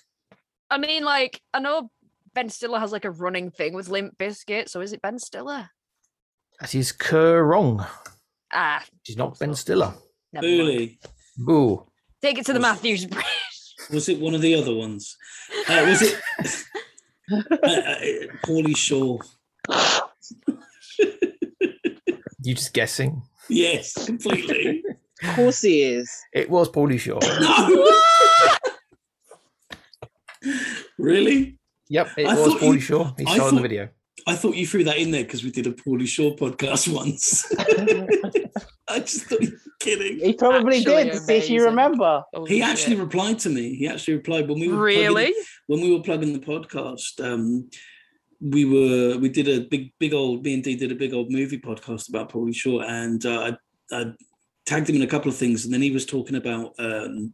C: I mean, like, I know Ben Stiller has like a running thing with Limp Biscuit, so is it Ben Stiller?
B: That is Kerrong.
C: Ah,
B: She's not Ben Stiller.
C: never mind.
D: Really?
B: Boo.
C: Take it to the
D: Was-
C: Matthews Bridge.
D: Was it one of the other ones? Uh, was it uh, uh, Paulie Shaw?
B: You just guessing?
D: Yes, completely.
E: Of course he is.
B: It was Paulie Shaw.
D: no. really?
B: Yep, it
D: I
B: was
D: thought
B: Paulie
D: you-
B: Shaw. He
D: I
B: starred in
D: thought-
B: the video.
D: I thought you threw that in there because we did a Paulie Shaw podcast once. I just thought you were kidding.
E: He probably
C: Actually
E: did to see if you
C: amazing.
E: remember.
C: Oh,
D: He
C: shit.
D: actually replied to me. He actually replied when we were plugging-
C: really?
D: when we were plugging the podcast. Um, we were we did a big big old me and D did a big old movie podcast about Paulie Shaw, and uh, I, I tagged him in a couple of things, and then he was talking about um,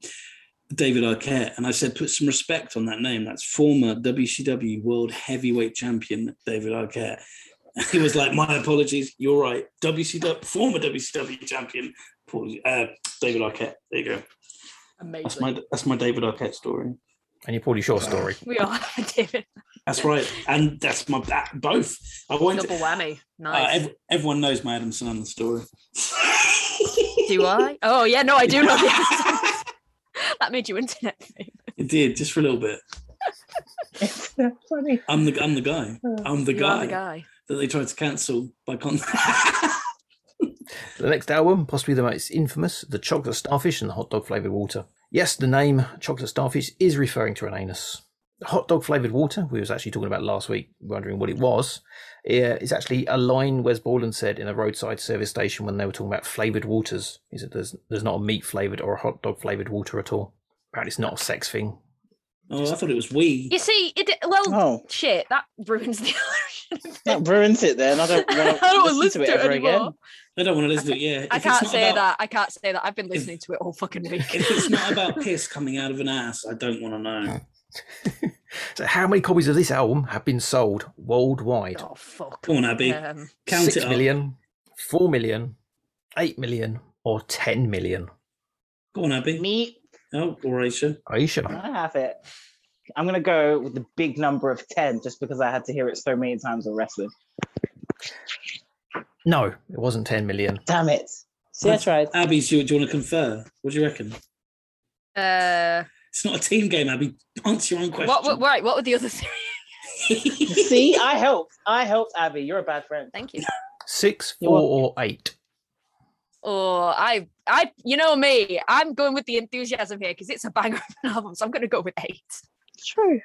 D: David Arquette, and I said put some respect on that name. That's former WCW World Heavyweight Champion David Arquette. And he was like, "My apologies, you're right. WCW former WCW champion Paul, uh, David Arquette. There you go. That's
C: Amazing.
D: my that's my David Arquette story.
B: And your Paulie Shaw story.
C: We all have a David
D: That's right, and that's my that, both. I won't.
C: double whammy.
D: Uh,
C: Nice.
D: ev- everyone knows my Adam Sandler story.
C: do I? Oh yeah, no, I do know. the accent. that made you internet famous.
D: It did just for a little bit.
E: It's so funny.
D: I'm the I'm the guy. I'm the
C: Uh, You
D: guy,
C: are the guy.
D: that they tried to cancel by con.
B: The next album, possibly the most infamous, The Chocolate Starfish and the Hot Dog Flavoured Water. Yes, the name Chocolate Starfish is referring to an anus. The hot dog flavoured water, we was actually talking about last week, wondering what it was, eh, is actually a line Wes Borland said in a roadside service station when they were talking about flavoured waters. He said there's, there's not a meat flavoured or a hot dog flavoured water at all. Apparently, it's not a sex thing.
D: oh, I thought it was we.
C: You see, it well
E: Oh,
C: shit, that ruins the illusion.
E: that ruins it then. I don't want
C: I don't
E: to listen to it ever
C: anymore.
E: again.
D: I don't want to listen to it. Yeah, If
C: I
D: it's
C: can't
D: not
C: say
D: about-
C: that. I can't say that. I've been listening to it all fucking week.
D: If it's not about piss coming out of an ass, I don't want to know.
B: So, how many copies of this album have been sold worldwide?
C: oh fuck.
D: Come on, Abby,
C: Um,
D: count
B: Six
D: it up.
B: million, four million, eight million, or 10 million?
D: Go on, Abby.
E: Me,
D: Oh, Horatio.
B: Aisha.
E: I have it. I'm going to go with the big number of 10 just because I had to hear it so many times on wrestling.
B: No, it wasn't 10 million.
E: Damn it. See, I tried.
D: Abby, do you, do you want to confer? What do you reckon?
C: uh,
D: It's not a team game, Abby. Answer your own question.
C: what, what? Right. What were the other three?
E: See, I helped. I helped Abby. You're a bad friend.
C: Thank you.
B: Six,
E: You're
B: four, or eight.
C: Oh, I, I, you know me, I'm going with the enthusiasm here because it's a banger of an album, so I'm going to go with eight.
E: True.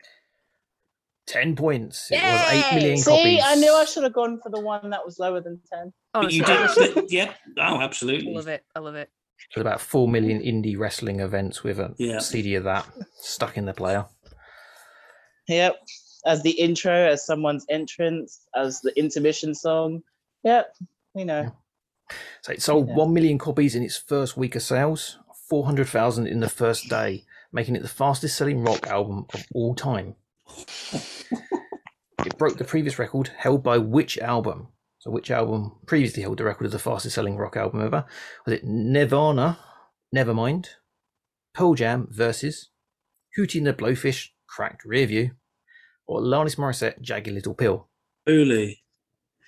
B: Ten points. It was eight
C: Yay!
B: million
E: See,
B: copies.
E: I knew I should have gone for the one that was lower than ten.
C: Oh,
D: But you did, yeah. Oh, absolutely.
C: love it. I love it.
B: There's about four million indie wrestling events with a
D: Yeah.
B: CD of that stuck in the player.
E: Yep. As the intro, as someone's entrance, as the intermission song. Yep. We know.
B: So it sold
E: Yeah.
B: 1 million copies in its first week of sales, 400,000 in the first day, making it the fastest selling rock album of all time. it broke the previous record held by which album? So, which album previously held the record of the fastest selling rock album ever? Was it Nirvana, Nevermind, Pearl Jam versus Hootie and the Blowfish, Cracked Rearview, or Alanis Morissette, Jagged Little Pill?
D: Uli,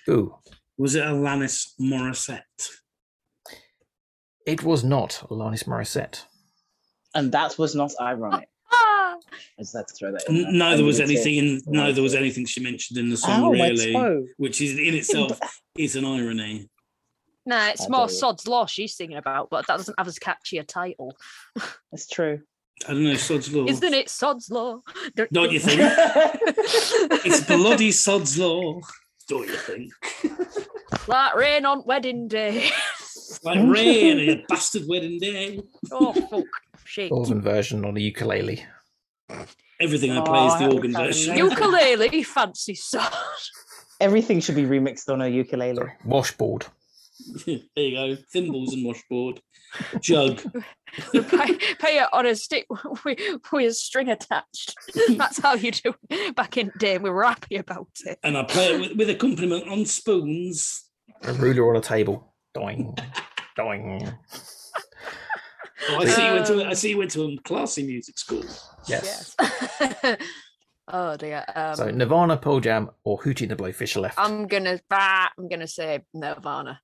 B: Ooh,
D: was it Alanis Morissette?
B: it was not Alanis Morissette.
E: And that was not ironic.
C: Ah,
E: I just had to throw that in there.
D: N- Neither
E: I
D: was
E: needed to-
D: anything. In,
E: I wanted
D: neither was
E: to-
D: anything she mentioned in the song,
E: Ow, my
D: really,
E: toe.
D: which is in itself is an irony.
C: nah, it's
E: I
C: more
E: do.
C: Sod's Law she's singing about, but that doesn't have as catchy a title.
E: That's true.
D: I don't know. Sod's law.
C: Isn't it Sod's Law? Don't,
D: Don't you think? It's bloody Sod's law. Don't you think?
C: like rain on wedding day.
D: Like rain and a bastard wedding day.
C: oh, fuck. Shit.
B: Northern version on a ukulele.
D: Everything I play is
E: Oh,
D: the organ
E: okay.
D: version.
E: You-
C: Ukulele, fancy sod.
E: Everything should be remixed on a ukulele.
B: Sorry, washboard.
D: there you go. Thimbles and washboard. Jug.
C: pay, pay it on a stick with, with a string attached. That's how you do it back in the day, and we were happy about it.
D: And I play it with, with accompaniment on spoons.
B: A ruler on a table. Doing. Doing.
D: Oh, I see you went to I see you went to a classy music school.
B: Yes.
C: Yes. oh dear. Um,
B: So Nirvana, Pearl Jam, or Hootie and the Blowfish are left.
C: I'm gonna. Bah, I'm gonna say Nirvana.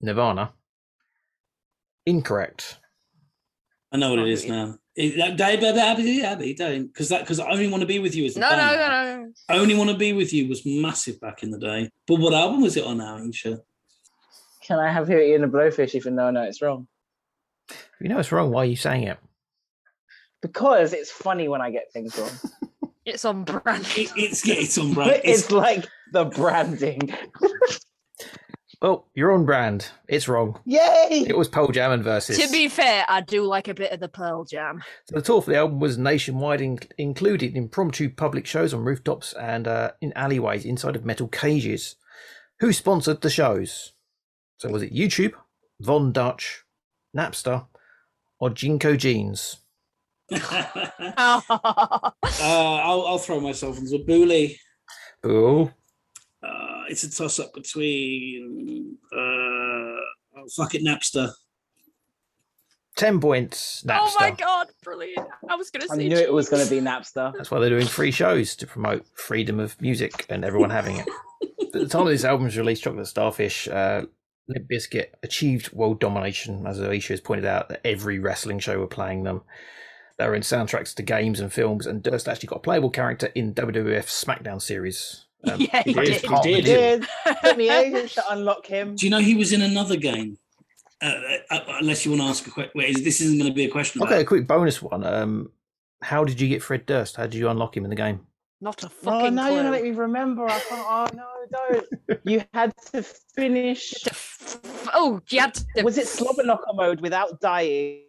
B: Nirvana. Incorrect.
D: I know what it is
C: Probably.
D: now. It- that- da- ba- ba- ba- ba- ba- Don't because that because I only want to be with you is a
C: No, no,
D: banger.
C: no, no.
D: Only want to be with you was massive back in the day. But what album was it on now? Ain't sure.
E: Can I have Hootie and a Blowfish even though I know it's wrong?
B: If you know it's wrong, why are you saying it?
E: Because it's funny when I get things wrong.
C: It's on brand.
D: It, it's yeah, it's on brand.
E: But
D: It's,
E: it's like the branding.
B: Well, you're on brand. It's wrong.
E: Yay!
B: It was Pearl Jam and Versus.
C: to be fair, I do like a bit of the Pearl Jam.
B: the tour for the album was nationwide, in- including impromptu public shows on rooftops and uh, in alleyways inside of metal cages. Who sponsored the shows? So was it YouTube, Von Dutch, Napster, or Jinko Jeans?
D: uh,
C: oh,
D: I'll, I'll throw myself into Booley.
B: Oh,
D: Uh, it's a toss up between uh, oh, fuck it, Napster.
B: 10 points. Napster.
C: Oh my god, brilliant! I was gonna
E: I
C: say.
E: knew it was
C: Jeez.
E: going to be Napster.
B: That's why they're doing free shows to promote freedom of music and everyone having it. At the time of this album's release, Chocolate Starfish, uh, Limp Bizkit achieved world domination, as Alicia has pointed out, that every wrestling show were playing them. They were in soundtracks to games and films, and Durst actually got a playable character in WWF SmackDown series. Um,
C: Yeah, he
B: it is
C: did.
B: part of
D: He
B: the
D: did.
B: deal.
E: Did took me ages to unlock him.
D: Do you know he was in another game? Uh, uh, unless you want to ask a question, this isn't going to be a question. about
B: Okay, a quick bonus one. Um, how did you get Fred Durst? How did you unlock him in the game?
C: Not a
E: Oh
C: fucking
E: no,
C: clue.
E: you're gonna make me remember. I can't. Oh no, don't. You had to finish.
C: To f- f- oh, you had to
E: Was it Slobberknocker mode without dying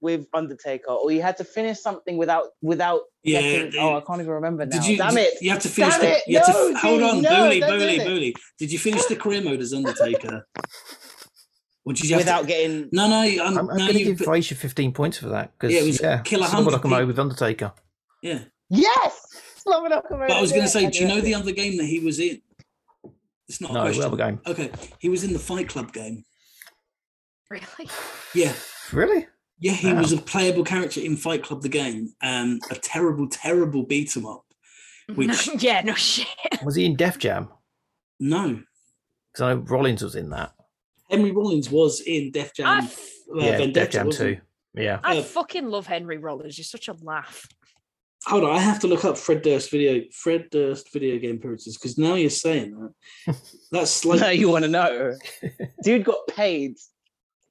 E: with Undertaker, or you had to finish something without without?
D: Yeah,
E: getting-
D: the-
E: oh, I can't even remember now.
D: Did you?
E: Damn it!
D: You have to finish.
E: Damn
D: the,
E: it,
D: You have
E: no,
D: to, hold
E: Dean,
D: on,
E: no,
D: Booley,
E: don't do
D: Booley,
E: it.
D: Booley. Did you finish the career mode as Undertaker? Or did you have
E: Without
D: to,
E: getting.
D: No, no. I'm,
B: I'm,
D: no,
B: I'm going to
D: you,
B: give Felicia 15 points for that because
D: Yeah,
B: yeah,
D: it was Killer Hunt.
B: Slobber Knocker with Undertaker.
D: yeah.
E: Yes, Slobberknocker mode.
D: But I was going
E: yeah,
D: to say, do you
E: did
D: know
E: it.
D: the other game that he was in? It's not a
B: No,
D: Oh, question.
B: other game.
D: Okay, he was in the Fight Club game.
C: really.
D: Yeah,
B: Really?
D: yeah. He
B: Wow.
D: was a playable character in Fight Club the game, and a terrible, terrible beat 'em up. Which
C: No, yeah, no shit.
B: Was he in Def Jam?
D: no,
B: Because I know Rollins was in that.
D: Henry Rollins was in Def Jam.
C: I,
D: uh,
C: f-
B: yeah, Def
D: Vendetta,
B: Jam
D: wasn't he?
B: too. Yeah.
C: I
D: Yeah.
C: fucking love Henry Rollins. You're such a laugh.
D: Hold on, I have to look up Fred Durst video Fred Durst video game appearances because now you're saying that. That's like
E: no, you want to know. Dude got paid.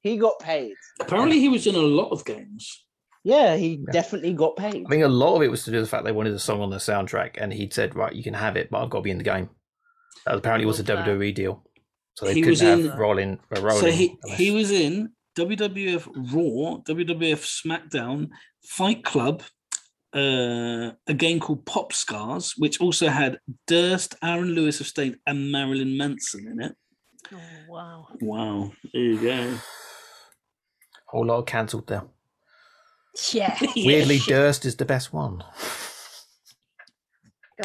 E: He got paid.
D: apparently he was in a lot of games.
E: Yeah, he
B: Yeah.
E: definitely got paid.
B: I think a lot of it was to do with the fact they wanted a song on the soundtrack, and he said, "Right, you can have it, but I've got to be in the game." That apparently was a
C: Love that.
B: WWE deal, so they
D: He was
B: couldn't have
D: in-
B: rolling. Uh, rolling
D: So he,
B: unless-
D: he was in WWF Raw, WWF SmackDown, Fight Club, uh, a game called Pop Scars, which also had Durst, Aaron Lewis of State, and Marilyn Manson in it.
C: Oh, wow.
D: Wow, there you go.
B: whole lot cancelled there.
C: Yeah.
B: Weirdly, Durst is the best one.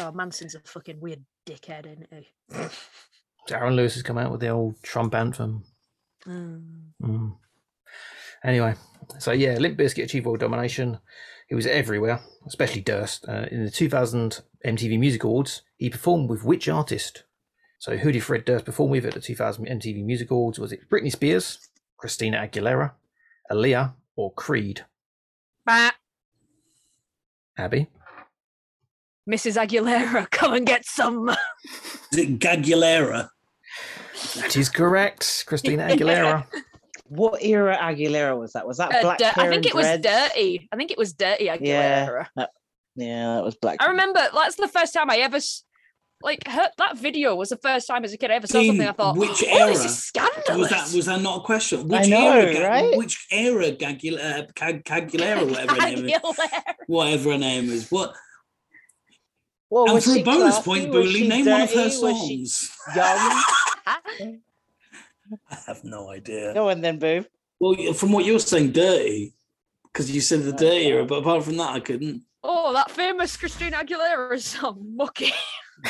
C: Oh, Manson's a fucking weird dickhead, isn't he?
B: Aaron Lewis has come out with the old Trump anthem.
C: Mm.
B: Mm. Anyway, so yeah, Limp Bizkit achieved world domination. He was everywhere, especially Durst. Uh, in the 2000 MTV Music Awards, he performed with which artist? So who did Fred Durst perform with at the 2000 MTV Music Awards? Was it Britney Spears, Christina Aguilera, Aaliyah, or Creed?
C: Bah.
B: Abby,
C: Mrs. Aguilera, come and get some. uh,
D: Is it Gagulera?
B: that is correct. Christina Aguilera.
E: What era Aguilera was that? Was that
C: Uh,
E: black?
C: dirt-
E: hair
C: I think
E: and
C: it was
E: dreads?
C: dirty. I think it was dirty Aguilera.
E: Yeah. Yeah, that was black.
C: I remember that's the first time I ever s- like her, that video was the first time as a kid I ever saw
D: Dean,
C: something. I thought,
D: which
C: oh, this
D: era
C: is scandalous.
D: Was that was that not a question?
E: I
D: Which
E: know,
D: era? Ga-
E: right?
D: Which era? Gagula, Cag, Cagulera, whatever her name is.
C: Aguilera.
D: Whatever her name is. What?
E: Well,
D: and
E: was
D: for a
E: she
D: bonus
E: classy?
D: point,
E: Was
D: Booley,
E: she
D: name one of her
E: dirty? Was she
D: songs.
E: young?
D: I have no idea.
E: Go on then, boo.
D: Well, y- from what you're saying, dirty, because you said the
E: Oh,
D: dirty era,
E: God.
D: but apart from that, I couldn't.
C: Oh, that famous Christina Aguilera is so mucky.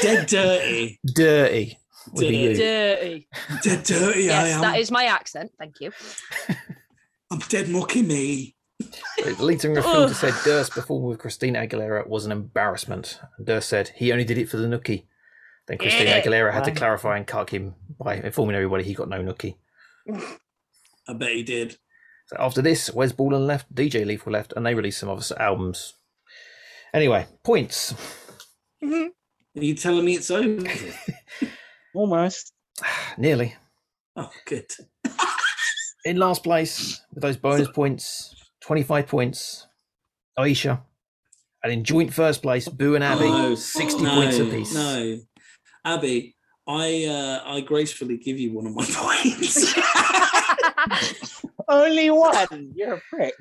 D: Dead dirty.
B: Dirty would be you.
C: Dirty.
D: Dead dirty, I
C: yes,
D: am.
C: that is my accent. Thank you.
D: I'm dead mucky me.
B: But The lead singer of Filter said Durst performing with Christina Aguilera was an embarrassment. Durst said he only did it for the nookie. Then Christina
C: Yeah.
B: Aguilera had to
E: Wow.
B: clarify and cuck him by informing everybody he got no nookie.
D: I bet he did.
B: So after this, Wes Ballin left, DJ Lethal left, and they released some other albums. Anyway, points.
C: Mhm.
D: Are you telling me it's over?
E: Almost.
B: Nearly.
D: oh, good.
B: In last place, with those bonus points, 25 points, Aisha. And in joint first place, Boo and Abby,
D: No,
B: 60
D: no,
B: points apiece.
D: No, Abby, I uh, I gracefully give you one of my points.
E: Only one. You're a prick.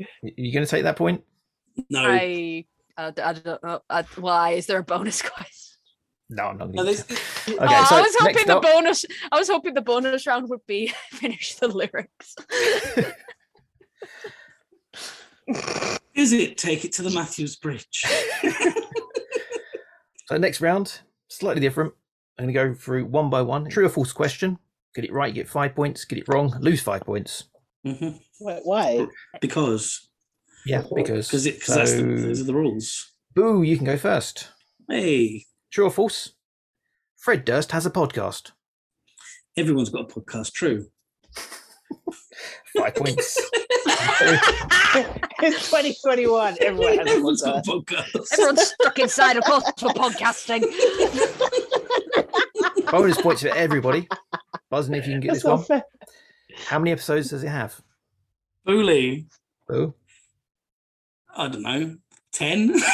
B: Y- You going to take that point?
D: no,
C: I, I, d- I don't know. I, why is there a bonus question?
B: No, I'm not
D: no
B: going
D: this,
B: to.
C: Oh,
B: Okay, so
C: I was hoping
B: next
C: the
B: up-
C: bonus. I was hoping the bonus round would be finish the lyrics.
D: is it? Take it to the Matthews Bridge.
B: So next round, slightly different. I'm going to go through one by one. True or false question. Get it right, you get five points. Get it wrong, lose five points.
D: Mhm.
E: Wait, why?
D: Because
B: Yeah, because
D: because it because that's the,
B: so-
D: those are the rules.
B: Boo, you can go first.
D: Hey,
B: True or false? Fred Durst has a podcast.
D: everyone's got a podcast. True.
B: Five points.
E: it's 2021. Everyone has a
D: Everyone's got
E: podcast.
D: a podcast.
C: Everyone's stuck inside a post for podcasting.
B: Bonus points for everybody. Buzzing if you can get
E: That's
B: this one.
E: not fair.
B: How many episodes does it have?
D: Bully,
B: Boo.
D: I don't know, ten.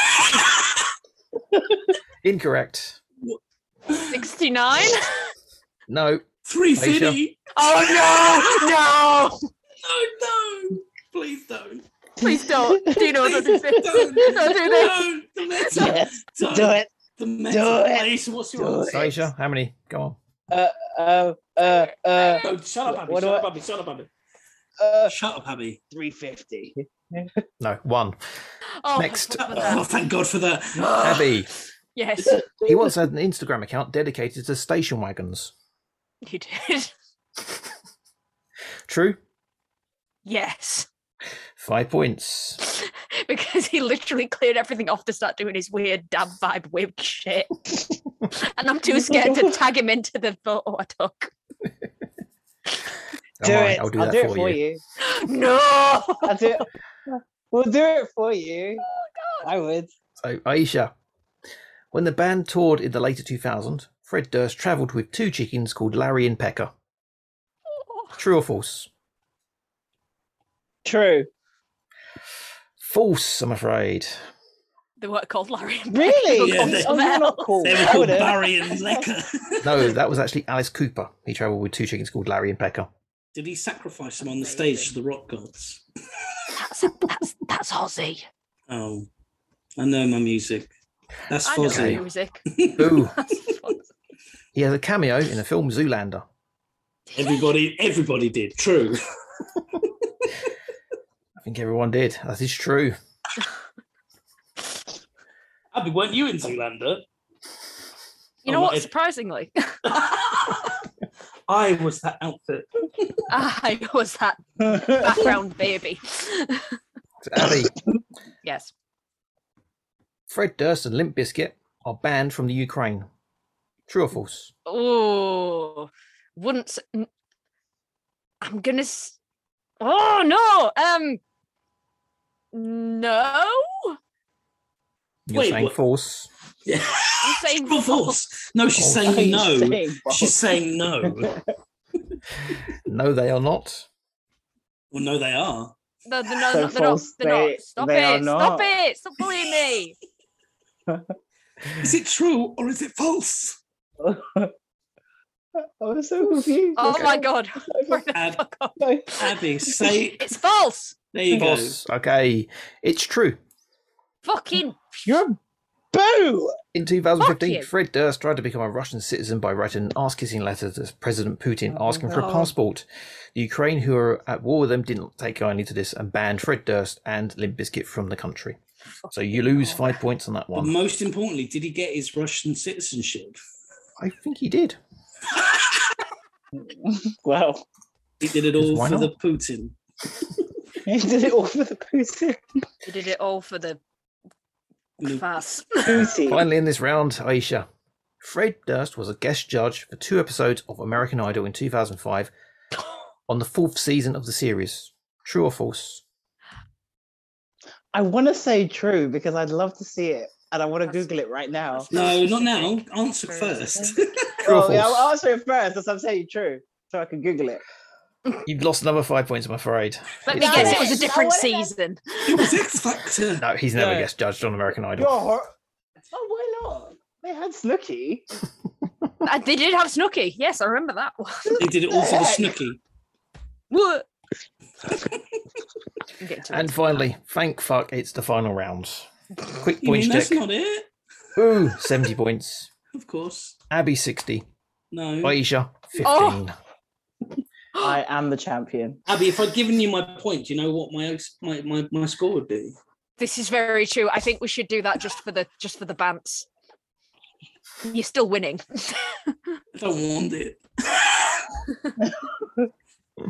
B: Incorrect.
C: Sixty-nine.
B: No.
D: Three
B: Aisha.
D: fifty.
C: Oh no, no!
D: No, no, please don't.
C: Please don't. Dino, don't do this.
D: Don't.
C: Don't do this.
D: No, the meta.
E: Yes,
D: Don't.
E: do it.
D: The meta.
E: Do it.
D: Aisha, what's your
E: Do
D: answer?
B: Aisha, how many? Go on.
E: Uh, uh, uh,
D: No, shut up, Abby.
E: What do
D: Shut
E: I-
D: up, Abby. Shut up, Abby.
E: uh,
D: Shut up, Abby.
E: 350.
B: No, one.
C: Oh,
B: Next.
C: I forgot about
D: Oh,
C: that.
D: thank God for that.
B: Abby.
C: Yes,
B: He once had an Instagram account dedicated to station wagons.
C: you did.
B: True.
C: Yes,
B: Five points.
C: because he literally cleared everything off to start doing his weird dab vibe wig shit, and I'm too scared to tag him into the photo I took.
E: Do
B: Alright,
E: it.
B: I'll do
E: I'll
B: that
E: do
B: for,
E: it for
B: you.
E: you.
C: No. Oh,
E: I'll do it. We'll do it for you. I would.
B: So, Aisha. When the band toured in the later 2000, Fred Durst travelled with two chickens called Larry and Pecker.
E: Oh.
B: True or false?
E: True.
B: False, I'm afraid.
C: They weren't called Larry. and Beck,
E: Really?
A: Yeah,
E: Oh,
A: they-
E: oh, you're not cool.
A: They were
E: I
A: called
E: would've-
A: Barry and Lecker.
B: No, that was actually Alice Cooper. He travelled with two chickens called Larry and Pecker.
D: Did he sacrifice them on the stage to the rock gods?
C: That's that's that's Ozzy.
D: Oh, I know my music. That's
C: I know
B: Fozzy.
C: the
D: Fozzie.
C: music.
B: Boo.
C: That's Fozzy.
B: He has a cameo in the film Zoolander.
D: Everybody, everybody did. True.
B: I think everyone did. That is true.
D: Abby, weren't you in Zoolander?
C: You
D: Oh,
C: know
D: my-
C: what? Surprisingly,
D: I was that outfit.
C: I Ah, was that background baby.
B: So, Abby,
C: yes.
B: Fred Durst and Limp Bizkit are banned from the Ukraine. True or false?
C: Oh, wouldn't. s- n- I'm gonna. S- oh no. Um. No.
B: You're
D: Wait,
B: saying
D: what?
B: false.
D: Yeah.
C: I'm saying
D: True or false? No,
E: Oh,
D: she's saying no. She's saying no.
B: No, they are not.
D: Well, no, they are.
C: No, they're not.
E: So
C: they're not,
E: false,
C: they're not.
E: they-
C: Stop
E: they are
C: it! Stop
E: not.
C: it! Stop bullying me!
D: Is it true or is it false?
E: I was so confused.
C: Oh
E: Okay.
C: my god! Where the
D: Ab-
C: fuck are-
E: No.
D: Abby, say
C: It's false.
D: there you go.
B: False. Okay. It's true.
C: Fucking
E: You're a boo.
B: In
C: Fuck
B: 2015,
C: you.
B: Fred Durst tried to become a Russian citizen by writing an ass kissing letter to President Putin
E: Oh,
B: asking for a
E: no.
B: passport. The Ukraine, who are at war with them, didn't take kindly to this and banned Fred Durst and Limp Bizkit from the country. So you lose five points on that
D: But
B: one.
D: most importantly, did he get his Russian citizenship?
B: I think he did.
E: Well,
D: He did it
B: 'Cause
D: all
B: why
D: for the
B: not?
D: Putin.
E: he did it all for the Putin.
C: You did it all for the
D: I mean,
C: farce.
E: Putin.
B: Finally, in this round, Aisha. Fred Durst was a guest judge for two episodes of American Idol in 2005 on the fourth season of the series. True or false?
E: I want to say true because I'd love to see it and I want to
C: That's-
E: Google it right now.
C: that's-
D: No, not now.
C: Specific.
D: Answer
C: Very
D: first.
B: True or
E: Oh, yeah, I'll
B: false?
E: answer it first because I'm saying true so I can Google it.
B: You've lost another five points, I'm afraid.
C: Let me
B: It's false.
C: guess. It was a
E: Damn it.
C: different
E: I wanted
C: season.
D: it was X Factor.
B: No, he's never
E: Yeah.
B: guest judged on American Idol.
E: You're hor- Oh, why not? They had Snooky.
C: Uh, they did have Snooki. Yes, I remember that one.
D: They did it all for the
E: Heck.
D: Snooky.
C: What? I'm getting to
B: And
C: it.
B: finally, thank fuck, it's the final round. Quick
D: You
B: points
D: mean that's
B: check.
D: not it?
B: Ooh, 70 points.
D: Of course.
B: Abby, 60.
D: No.
B: Aisha, 15.
C: Oh.
E: I am the champion.
D: Abby, if I'd given you my point, do you know what my ex- my, my, my score would be?
C: This is very true. I think we should do that just for the just for the bants. You're still winning.
D: I don't want it.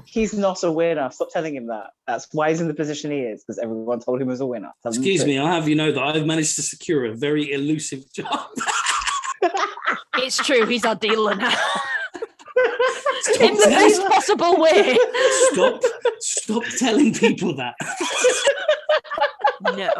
E: He's not a winner. Stop telling him that. That's why he's in the position he is because everyone told him he was a winner.
B: Um,
E: Tell him the
D: Excuse
E: truth.
D: me, I'll have you know that I've managed to secure a very elusive job.
C: it's true. He's our dealer now.
D: stop,
C: In the
D: tell-
C: best possible way.
D: stop, stop telling people that.
C: No.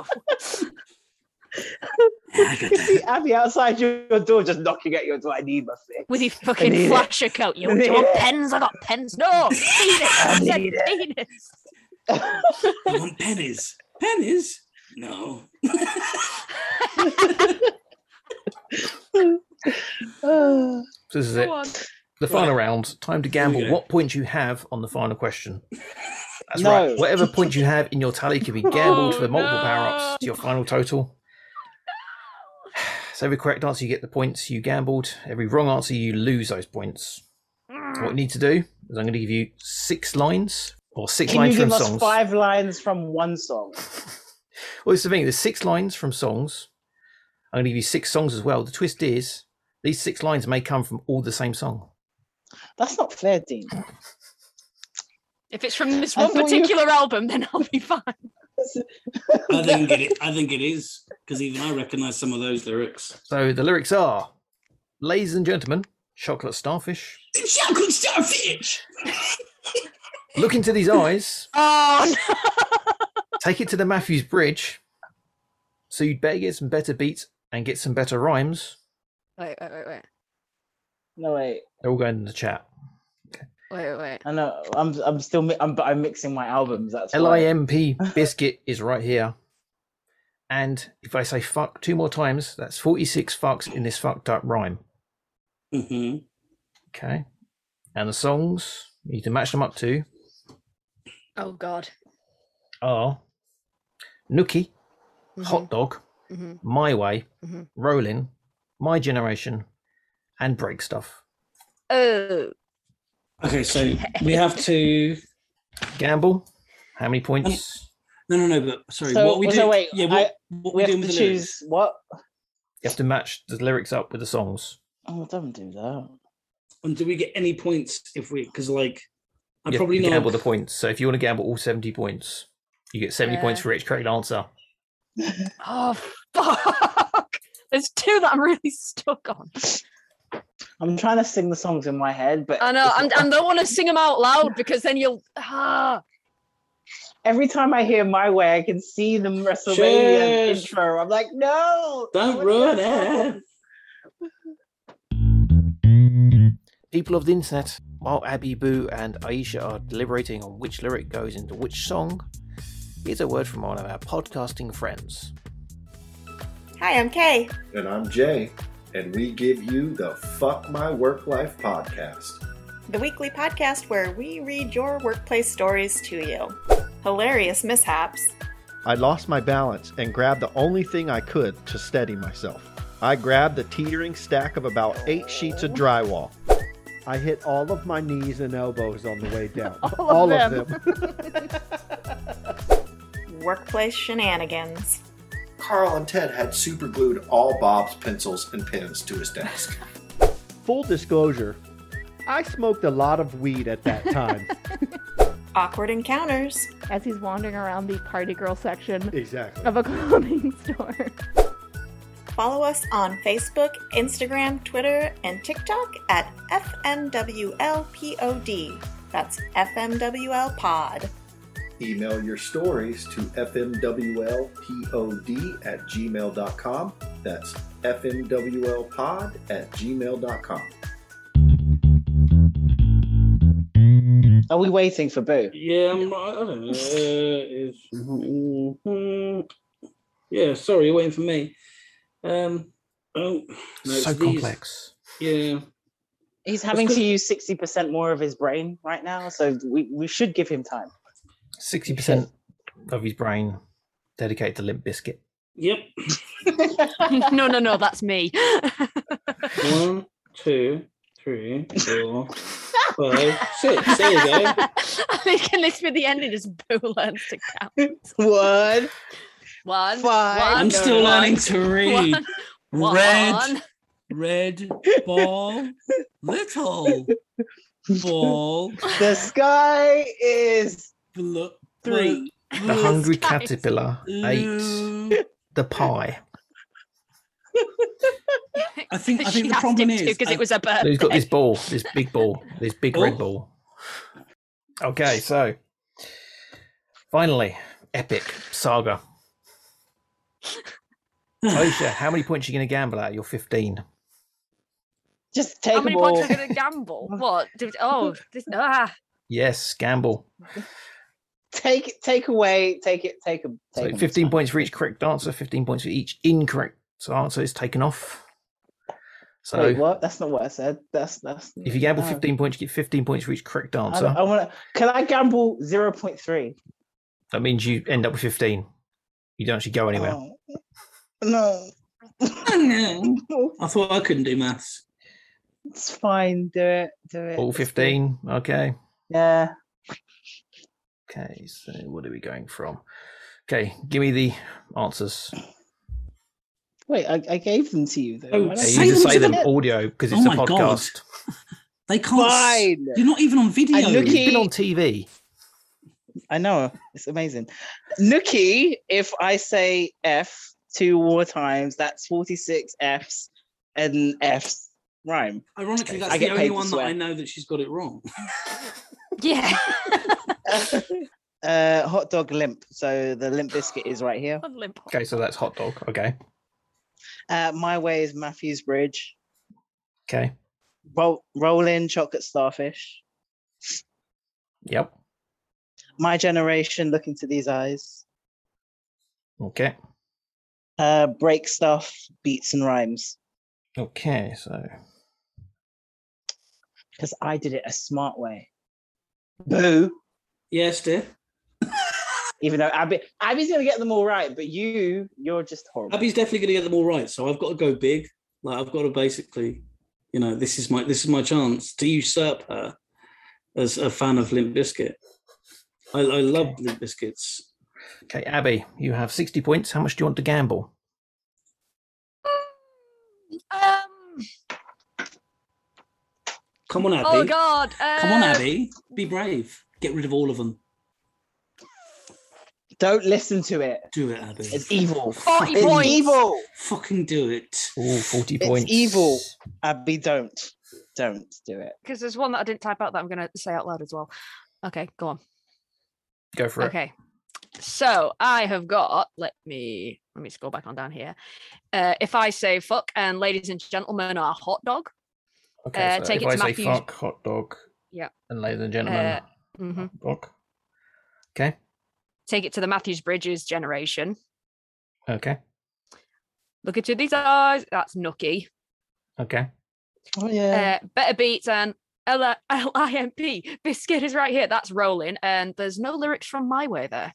D: I
E: You
D: got
E: can see
D: that.
E: Abby outside your door just knocking at your door. I need my fix.
C: With your
E: I need
C: fucking
E: it.
C: flasher coat. You, do you want pens? I got pens. No. Penis. I said
E: need it.
C: penis.
D: I want pennies. Pennies? No.
E: Ah.
B: So this is it.
C: Go on.
B: The final round. Time to gamble
D: go.
B: what points you have on the final question. That's
E: No.
B: right. Whatever points you have in your tally can be gambled
C: Oh,
B: for multiple power ups
C: no.
B: to your final total. So every correct answer you get the points you gambled. Every wrong answer you lose those points. So what you need to do is I'm going to give you six lines or six
E: Can you
B: lines from
E: give us
B: songs.
E: five lines from one song?
B: Well, it's the thing. There's six lines from songs. I'm going to give you six songs as well. The twist is these six lines may come from all the same song.
E: That's not fair, Dean.
C: If it's from this
E: I
C: one
E: thought you-
C: particular album, then I'll be fine.
D: I think it. I think it is because even I recognise some of those lyrics.
B: So the lyrics are, ladies and gentlemen, chocolate starfish.
D: It's chocolate starfish.
B: Look into these eyes.
C: Oh, no.
B: Take it to the Matthews Bridge. So you'd better get some better beats and get some better rhymes.
C: Wait, wait, wait, wait,
E: No wait,
B: They're all going in the chat.
C: wait, wait, wait.
E: I know. I'm I'm still mi- I'm but I'm mixing my albums. That's
B: L I
E: why.
B: M P biscuit is right here. And if I say fuck two more times, that's 46 fucks in this fucked up rhyme.
D: hmm
B: Okay. And the songs you need to match them up to
C: Oh God.
B: are Nookie,
C: Mm-hmm,
B: Hot Dog,
C: hmm
B: My Way,
C: Mhm.
B: Rollin', My Generation, and Break Stuff.
C: Oh,
D: Okay, so we have to.
B: Gamble, how many
D: Um,
B: points?
D: No, no, no. But sorry,
E: So-
D: what we
E: so
D: do?
E: wait,
D: yeah,
E: I-
D: what, what
E: We
D: we
E: have
D: do
E: to
D: with the
E: choose
D: lyrics?
E: what?
B: You have to match the lyrics up with the songs.
E: Oh, don't do that.
D: And do we get any points if we? Because like, I
B: you
D: probably
B: you
D: know.
B: gamble the points. So if you want to gamble all 70 points, you get 70 points
C: Uh,
B: for each correct answer.
C: oh fuck! There's two that I'm really stuck on.
E: I'm trying to sing the songs in my head, but
C: I know,
E: it's
C: and
E: not-
C: I don't want to sing them out loud because then you'll. Ah,
E: every time I hear my way, I can see the WrestleMania
D: Shush.
E: intro. I'm like, no, I
D: Don't
E: wanna
D: ruin
E: go."
D: it.
B: People of the internet, while Abby Boo and Aisha are deliberating on which lyric goes into which song, here's a word from one of our podcasting friends.
F: Hi, I'm Kay.
G: And I'm Jay, and we give you the Fuck My Work Life podcast.
F: the weekly podcast where we read your workplace stories to you. Hilarious mishaps,
H: I lost my balance and grabbed the only thing I could to steady myself. I grabbed the teetering stack of about eight sheets of drywall. I hit all of my knees and elbows on the way down. all of them.
F: workplace shenanigans,
G: Carl and Ted had superglued all Bob's pencils and pens to his desk.
H: Full disclosure, I smoked a lot of weed at that time.
F: awkward encounters,
I: as he's wandering around the party girl section
H: exactly.
I: of a clothing store.
F: Follow us on Facebook, Instagram, Twitter, and TikTok at FMWLPOD. That's FMWL Pod.
G: Email your stories to fmwlpod at gmail.com. That's fmwlpod at gmail.com.
E: Are we waiting for Boo?
D: Yeah, I'm, I don't know. Uh, it's- Mhm. yeah, sorry, you're waiting for me. Um, oh, no, it's
B: so
D: these-
B: complex.
D: Yeah,
E: He's having
D: good.
E: to use sixty percent more of his brain right now, so we, we should give him time.
B: 60% of his brain dedicated to Limp Biscuit.
D: yep.
C: no, no, no, that's me.
D: One, two, three, four, five, six. There you go.
C: I think this be the end. It is Boo learns to count.
E: One.
C: One,
E: Five.
C: one,
D: I'm still
C: one,
D: learning to read.
C: One, one,
A: Red, red ball, little ball,
E: The sky is
A: bl-
E: three.
B: The Hungry
C: Guys.
B: Caterpillar ate the pie.
D: I think I
C: She
D: think the
C: asked
D: problem
C: him
D: is
C: to because
D: I-
C: it was a
B: So
C: birthday.
B: he's got this ball, this big ball, this big
D: Oh.
B: red ball. Okay, so finally, epic saga. Aisha, how many points are you going to gamble at? You're 15.
E: Just
C: How
E: take them
C: many points
E: all.
C: are going to gamble? What? Did- Oh, this, ah.
B: Yes, gamble.
E: Take take away. Take it. Take them.
B: So
E: Take 'em, it's
B: 15
E: fine.
B: points for each correct answer, 15 points for each incorrect answer is taken off. So
E: Wait, what? That's not what I said. That's that's.
B: if you gamble
E: no.
B: 15 points, you get 15 points for each correct
E: I,
B: answer.
E: I want to. Can I gamble zero point three?
B: That means you end up with 15. You don't actually go anywhere.
E: Oh, No.
D: I thought I couldn't do maths.
E: it's fine. Do it. Do it.
B: All
E: it's good.
B: 15. Okay.
E: Yeah.
B: Okay, so what are we going from? Okay, give me the answers.
E: Wait, I, I gave them to you though.
D: Oh,
E: Why
B: Yeah,
E: don't
B: you
D: Say
B: need to
D: them
B: say
D: to
B: them
D: the-
B: audio because
D: Oh
B: it's a
D: my God.
B: podcast.
D: They can't. s-
E: Fine.
D: You're not even on video.
E: look
B: It's been
E: Nookie-
B: on TV.
E: I know. It's amazing. Nookie, if I say F two more times, that's 46 Fs and Fs rhyme.
D: Ironically, that's
E: I
D: the
E: get
D: only
E: paid to
D: one that
E: swear.
D: I know that she's got it wrong.
C: Yeah.
E: Uh, hot dog limp. So the limp biscuit is right here.
C: One limp.
B: Okay, so that's hot dog. Okay.
E: Uh, my way is Matthews Bridge.
B: Okay.
E: Roll, roll in chocolate starfish.
B: Yep.
E: My generation, look into these eyes.
B: Okay.
E: Uh, break stuff, beats and rhymes.
B: Okay, so
E: Because I did it a smart way. Boo.
D: Yes, dear.
E: Even though Abby, Abby's gonna get them all right, but you, you're just horrible.
D: Abby's definitely going to get them all right. So I've got to go big. Like I've got to basically, you know, this is my this is my chance to usurp her as a fan of Limp Biscuit. I, I love Limp Biscuits.
B: okay, Abby, you have sixty points. How much do you want to gamble?
C: Um,
D: Come on, Abby.
C: oh god.
D: Come on,
C: uh,
D: Abby. Be brave. Get rid of all of them.
E: Don't listen to it.
D: Do it, Abby.
E: It's evil.
C: Forty
E: It's
C: points.
E: evil.
D: Fucking do it.
B: Ooh, 40
E: It's
B: points.
E: evil. Abby, don't, don't do it.
C: Because there's one that I didn't type out that I'm going to say out loud as well. Okay, go on.
B: Go for it.
C: Okay. So I have got, let me let me scroll back on down here. Uh, if I say fuck and ladies and gentlemen are hot dog.
B: Okay,
C: Uh,
B: so if
C: take it
B: I
C: to
B: say
C: Matthew's-
B: fuck, hot dog.
C: Yep.
B: And ladies and gentlemen,
C: Uh,
D: Mm-hmm.
C: mhm.
B: hot dog. Mm-hmm. Okay.
C: Take it to the Matthews Bridges generation.
B: Okay.
C: Look into these eyes. That's Nookie.
B: Okay.
E: Oh yeah.
C: Uh, better beats and L I M P. Biscuit is right here. That's rolling. And there's no lyrics from my way there.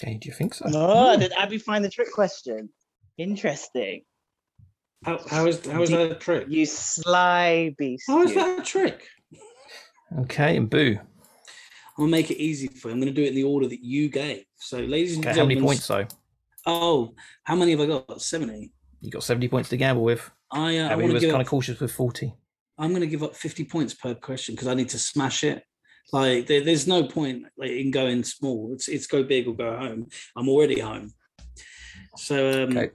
B: Okay, do you think so?
E: oh, did Abby find the trick question? Interesting.
D: How, how is how is that a trick?
E: You sly beast.
D: How is
E: you.
D: that a trick?
B: Okay, and boo.
D: I'll make it easy for you. I'm going to do it in the order that you gave. So, ladies and
B: Okay, how
D: gentlemen,
B: many points though?
D: Oh, how many have I got? Seventy.
B: You got seventy points to gamble with.
D: I, uh, I
B: Abby
D: want to
B: was
D: give
B: kind
D: up,
B: of cautious with forty.
D: I'm going to give up fifty points per question because I need to smash it. Like there, there's no point like, in going small. It's it's go big or go home. I'm already home. So um,
B: Okay.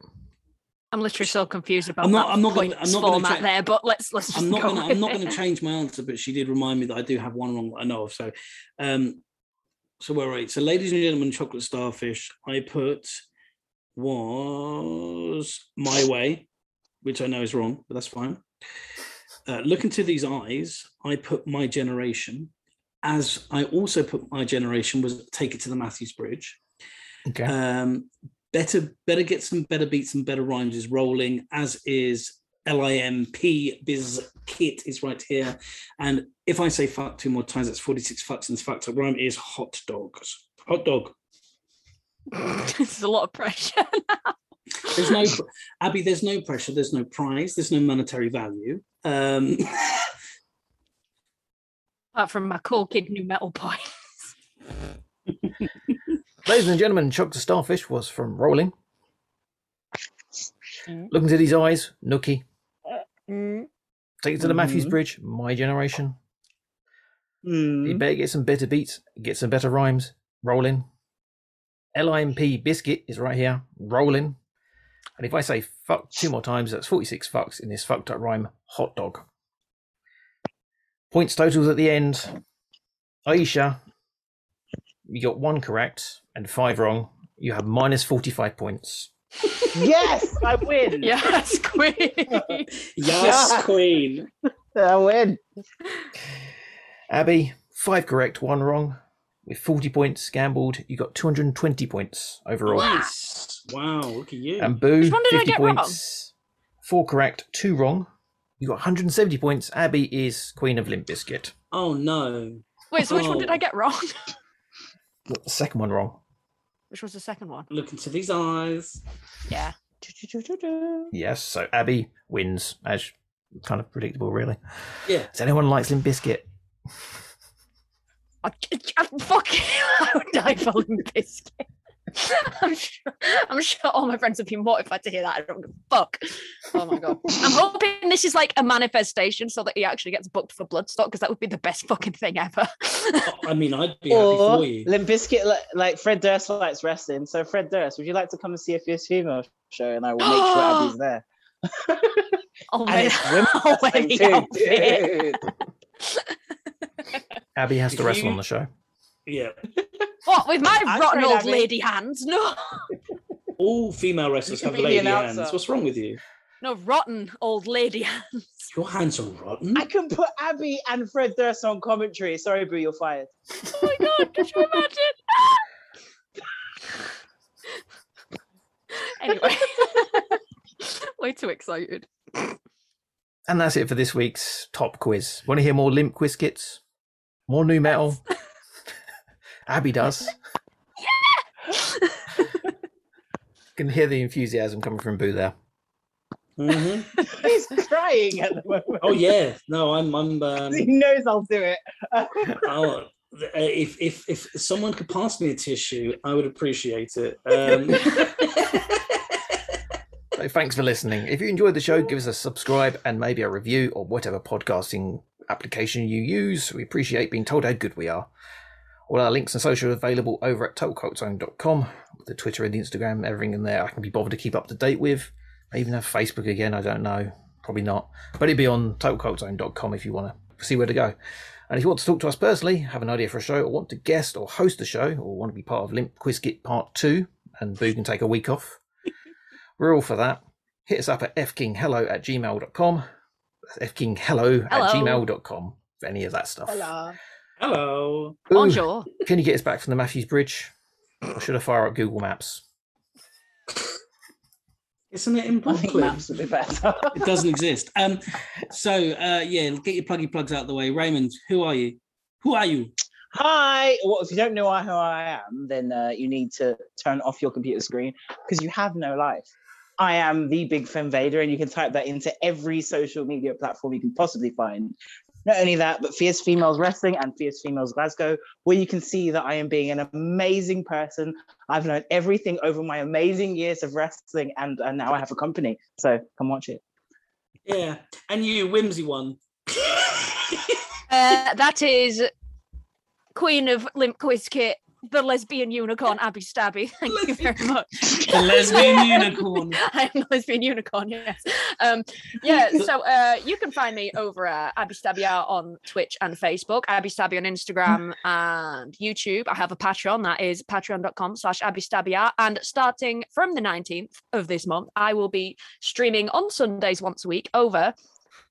C: I'm literally so confused about
D: I'm not-
C: that
D: I'm not gonna-
C: points
D: I'm not gonna
C: format
D: check-
C: there, but let's let's just
D: I'm not
C: go
D: gonna, I'm not
C: with
D: going to
C: it.
D: change my answer, but she did remind me that I do have one wrong that I know of. So, um, so we're right. So, ladies and gentlemen, chocolate starfish. I put was my way, which I know is wrong, but that's fine. Uh, look into these eyes. I put my generation. As I also put my generation was take it to the Matthews Bridge.
B: Okay.
D: Um, better, better get some better beats and better rhymes is rolling, as is L-I-M-P biz kit is right here. And if I say fuck two more times, that's 46 fucks and fucks up rhyme is hot dogs. Hot dog.
C: this is a lot of pressure.
D: There's no Abby, there's no pressure, there's no prize, there's no monetary value. Um
C: Apart from my cool kid new metal point.
B: Ladies and gentlemen, Chuck the Starfish was from Rolling.
D: Mm-hmm.
B: Looking to these eyes, Nookie.
D: Uh, mm.
B: Take it to the Matthews
D: Mm-hmm.
E: Mhm.
B: Bridge, my generation. You
E: Hmm.
B: better get some better beats, get some better rhymes. Rolling. LIMP Biscuit is right here. Rolling. And if I say fuck two more times, that's 46 fucks in this fucked up rhyme, hot dog. Points totals at the end. Aisha, you got one correct and five wrong. You have minus 45 points.
E: yes, I win.
C: Yes, queen.
D: Yes, Queen.
E: I win.
B: Abby, five correct, one wrong. With 40 points gambled, you got 220 points overall.
D: Nice. Wow, look at you.
B: And boo,
C: Which one did I
B: 50
C: get wrong?
B: points. Four correct, two wrong. You got 170 points. Abby is Queen of Limp Biscuit.
D: oh no.
C: Wait, so which one did
E: Oh.
C: I get wrong?
B: You got the second one wrong.
C: Which was the second one?
D: Look into these eyes.
C: Yeah.
B: Yes, so Abby wins, as kind of predictable, really.
D: Yeah.
B: Does anyone likes Limp Biscuit?
C: I, I, fuck you. I would die for Limp Bizkit. I'm sure, I'm sure all my friends would be mortified to hear that. I don't give a fuck. Oh my god. I'm hoping this is like a manifestation so that he actually gets booked for Bloodstock because that would be the best fucking thing ever.
D: I mean I'd be happy
E: Or
D: for you.
E: Limp Bizkit, like, like Fred Durst likes wrestling. So Fred Durst, would you like to come and see a fierce female show? And I will make sure Abby's there.
C: I'll
E: And
C: wear,
E: it's women
C: I'll wear
E: wrestling
C: the
E: too,
C: outfit.
E: dude.
B: Abby has to
D: If
B: wrestle
D: you-
B: on the show.
D: Yeah.
C: Oh, What with my
E: I
C: rotten
E: tried
C: old
E: having-
C: lady hands? No,
D: All female wrestlers
E: You
D: have
E: can be the
D: lady
E: announcer.
D: hands. What's wrong with you?
C: no rotten old lady hands.
D: Your hands are rotten.
E: I can put Abby and Fred Durst on commentary. Sorry, Brie, you're fired.
C: Oh my god, could you imagine? anyway, way too excited.
B: And that's it for this week's top quiz. Want to hear more Limp Quizkits? More new metal? Abby does. Can hear the enthusiasm coming from Boo there.
D: hmm
E: He's crying at the moment.
D: Oh yeah. No, I'm. I'm. Um,
E: He knows I'll do it.
D: oh, th- uh, if if if someone could pass me a tissue, I would appreciate it. Um,
B: So thanks for listening. If you enjoyed the show, give us a subscribe and maybe a review or whatever podcasting application you use. We appreciate being told how good we are. All our links and social are available over at totalquotezone.com. The Twitter and the Instagram, everything in there I can be bothered to keep up to date with. I even have Facebook again, I don't know. Probably not. But it'd be on totalquotezone.com if you want to see where to go. And if you want to talk to us personally, have an idea for a show, or want to guest or host a show, or want to be part of Limp Quizkit Part 2, and Boo can take a week off, we're all for that. Hit us up at fkinghello at gmail.com. That's fkinghello at
C: Hello.
B: gmail.com for any of that stuff.
D: hello.
B: Boo,
C: Bonjour.
B: Can you get us back from the Matthews Bridge? Or should I fire up Google Maps?
D: Isn't it
E: I think
D: important?
E: maps would be better.
D: It doesn't exist. Um, so uh, yeah, get your pluggy plugs out of the way. Raymond, who are you? Who are you?
E: Hi. Well, if you don't know who I am, then uh, you need to turn off your computer screen because you have no life. I am the Big Fem Vader, and you can type that into every social media platform you can possibly find. Not only that, but Fierce Females Wrestling and Fierce Females Glasgow, where you can see that I am being an amazing person. I've learned everything over my amazing years of wrestling, and, and now I have a company. So come watch it.
D: Yeah, and you, whimsy one.
C: Uh, that is Queen of Limp Quizkit, the lesbian unicorn, Abby Stabby. Thank you very much.
D: the lesbian unicorn.
C: I am the lesbian unicorn, yes. Um, yeah, so uh, you can find me over at Abby Stabia on Twitch and Facebook, Abby Stabia on Instagram and YouTube. I have a Patreon that is patreon.com slash Abby Stabia. And starting from the 19th of this month, I will be streaming on Sundays once a week over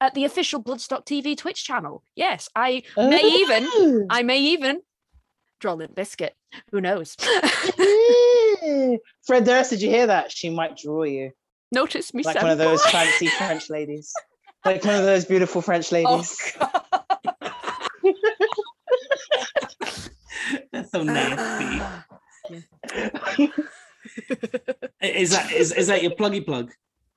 C: at the official Bloodstock TV Twitch channel. Yes, I may even I may even draw Limp Biscuit. Who knows?
E: even. Fred Durst, did you hear that? She might draw you.
C: Notice me
E: like
C: send
E: one of those
C: boy.
E: fancy French ladies, like one of those beautiful French
C: Oh,
E: ladies.
C: God.
D: That's so nasty. Is that is, is that your pluggy plug?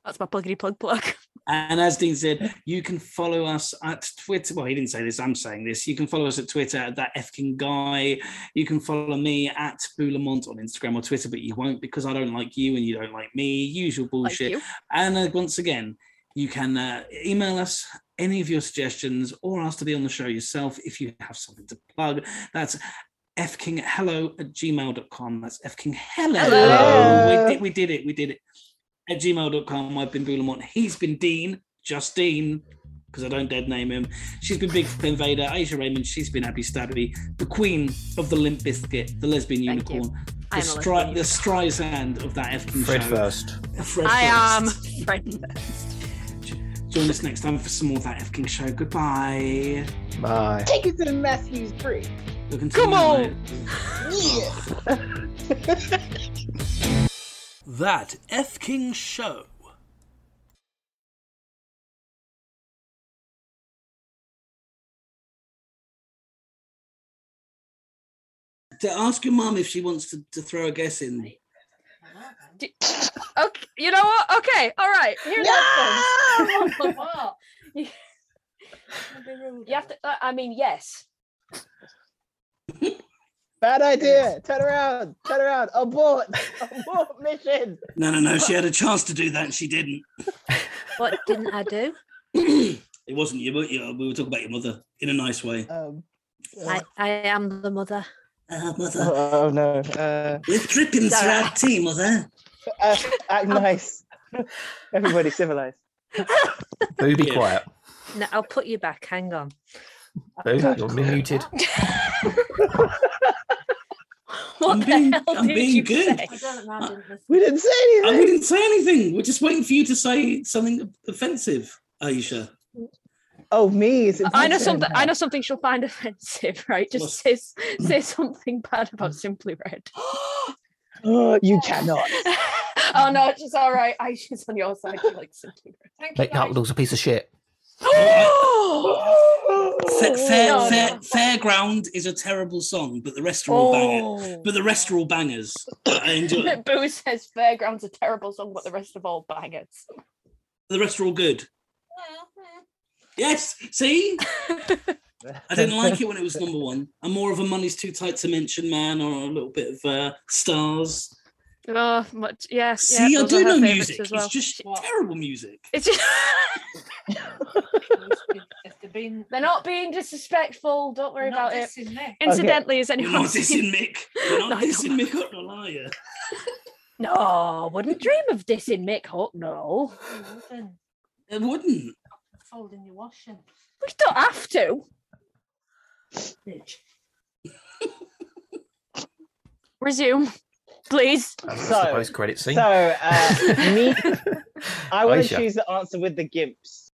C: That's my pluggity plug plug.
D: And as Dean said, you can follow us at Twitter. Well, he didn't say this, I'm saying this. You can follow us at Twitter at that Fking guy. You can follow me at Boulamont on Instagram or Twitter, but you won't because I don't like you and you don't like me. Usual
C: Thank
D: bullshit.
C: you.
D: And uh, once again, you can uh, email us any of your suggestions or ask to be on the show yourself if you have something to plug. That's fkinghello at gmail.com. That's fkinghello. We,
E: Hello.
D: did, we did it. We did it. At gmail.com. I've been Boulamont. He's been Dean. Justine, because I don't dead name him. She's been Big Finn Vader. Aisha Raymond. She's been Abby Stabby, the queen of the Limp Biscuit, the lesbian
C: Thank you.
D: unicorn, the,
C: I'm a lesbian
D: stri- the Streisand of that fking
B: Fred
D: show.
B: first.
D: Fred
C: I um, am
D: first.
C: friend.
D: Join us next time for some more of that F King show. Goodbye.
B: Bye.
E: Take it to the Matthews Bridge.
D: Looking to
C: Come
D: tomorrow.
C: on.
D: That F King show. To ask your mum if she wants to, to throw a guess in.
C: Okay, you know what? Okay, all right. Here that comes. you have to. uh, I mean, yes.
E: Bad idea. Turn around. Turn around. Abort. Abort mission.
D: No, no, no. She had a chance to do that and she didn't.
C: What didn't I do?
D: it wasn't you, but you, we were talking about your mother in a nice way.
E: Um,
C: I, I am the mother.
D: Ah, mother.
E: oh, oh, no. Uh,
D: We're tripping through our tea, mother.
E: uh, act nice. Everybody civilized.
B: Boo, be
D: Yeah.
B: quiet.
C: No, I'll put you back. Hang on.
B: Boo, you're muted.
C: What
D: I'm
C: the
D: being-
C: hell
D: I'm
C: did
D: being
C: you
D: good.
C: say?
J: I don't know. I didn't listen.
E: We didn't say
D: I
E: anything.
D: didn't say anything. We're just waiting for you to say something offensive, Aisha.
E: Oh, me? Is it
C: I know
E: myself?
C: something. I know something she'll find offensive, right?
D: What?
C: Just say, say something bad about Simply Red.
E: Oh, you cannot.
C: oh no, she's all right. I she's on your side. She likes Simply Red.
J: Thank you.
B: Nick
J: Guys.
B: Hartle's a piece of shit.
D: Fair, fair,
C: Oh, no,
D: fair,
C: no.
D: Fairground is a terrible song, but the rest are all bangers.
C: Oh.
D: But the rest are all bangers. I enjoy it.
C: Boo says Fairground's a terrible song, but the rest of all bangers.
D: The rest are all good. Yes, see? I didn't like it when it was number one. I'm more of a money's too tight to mention man or a little bit of uh, stars.
C: Oh, much. Yeah.
D: See,
C: yeah,
D: I
C: those
D: do
C: are her
D: know
C: favourites
D: music.
C: as well.
D: It's just
J: What?
D: terrible music.
C: It's just
J: If they've been-
C: they're not being disrespectful. Don't worry
J: they're not
C: about it.
J: dissing me.
C: Incidentally, is
D: We're
C: anyone
D: not dissing
C: seen-
D: Mick. We're
C: No,
D: not
C: I don't
D: dissing Mick up the liar.
C: No, wouldn't dream of dissing Mick Hook. No,
J: You wouldn't.
D: It wouldn't.
J: Folding your washing.
C: we don't have to.
J: Bitch.
C: Resume, please.
B: That's
E: So-
B: the post credit scene.
E: So, uh, me, I want to
B: Aisha.
E: choose the answer with the gimps.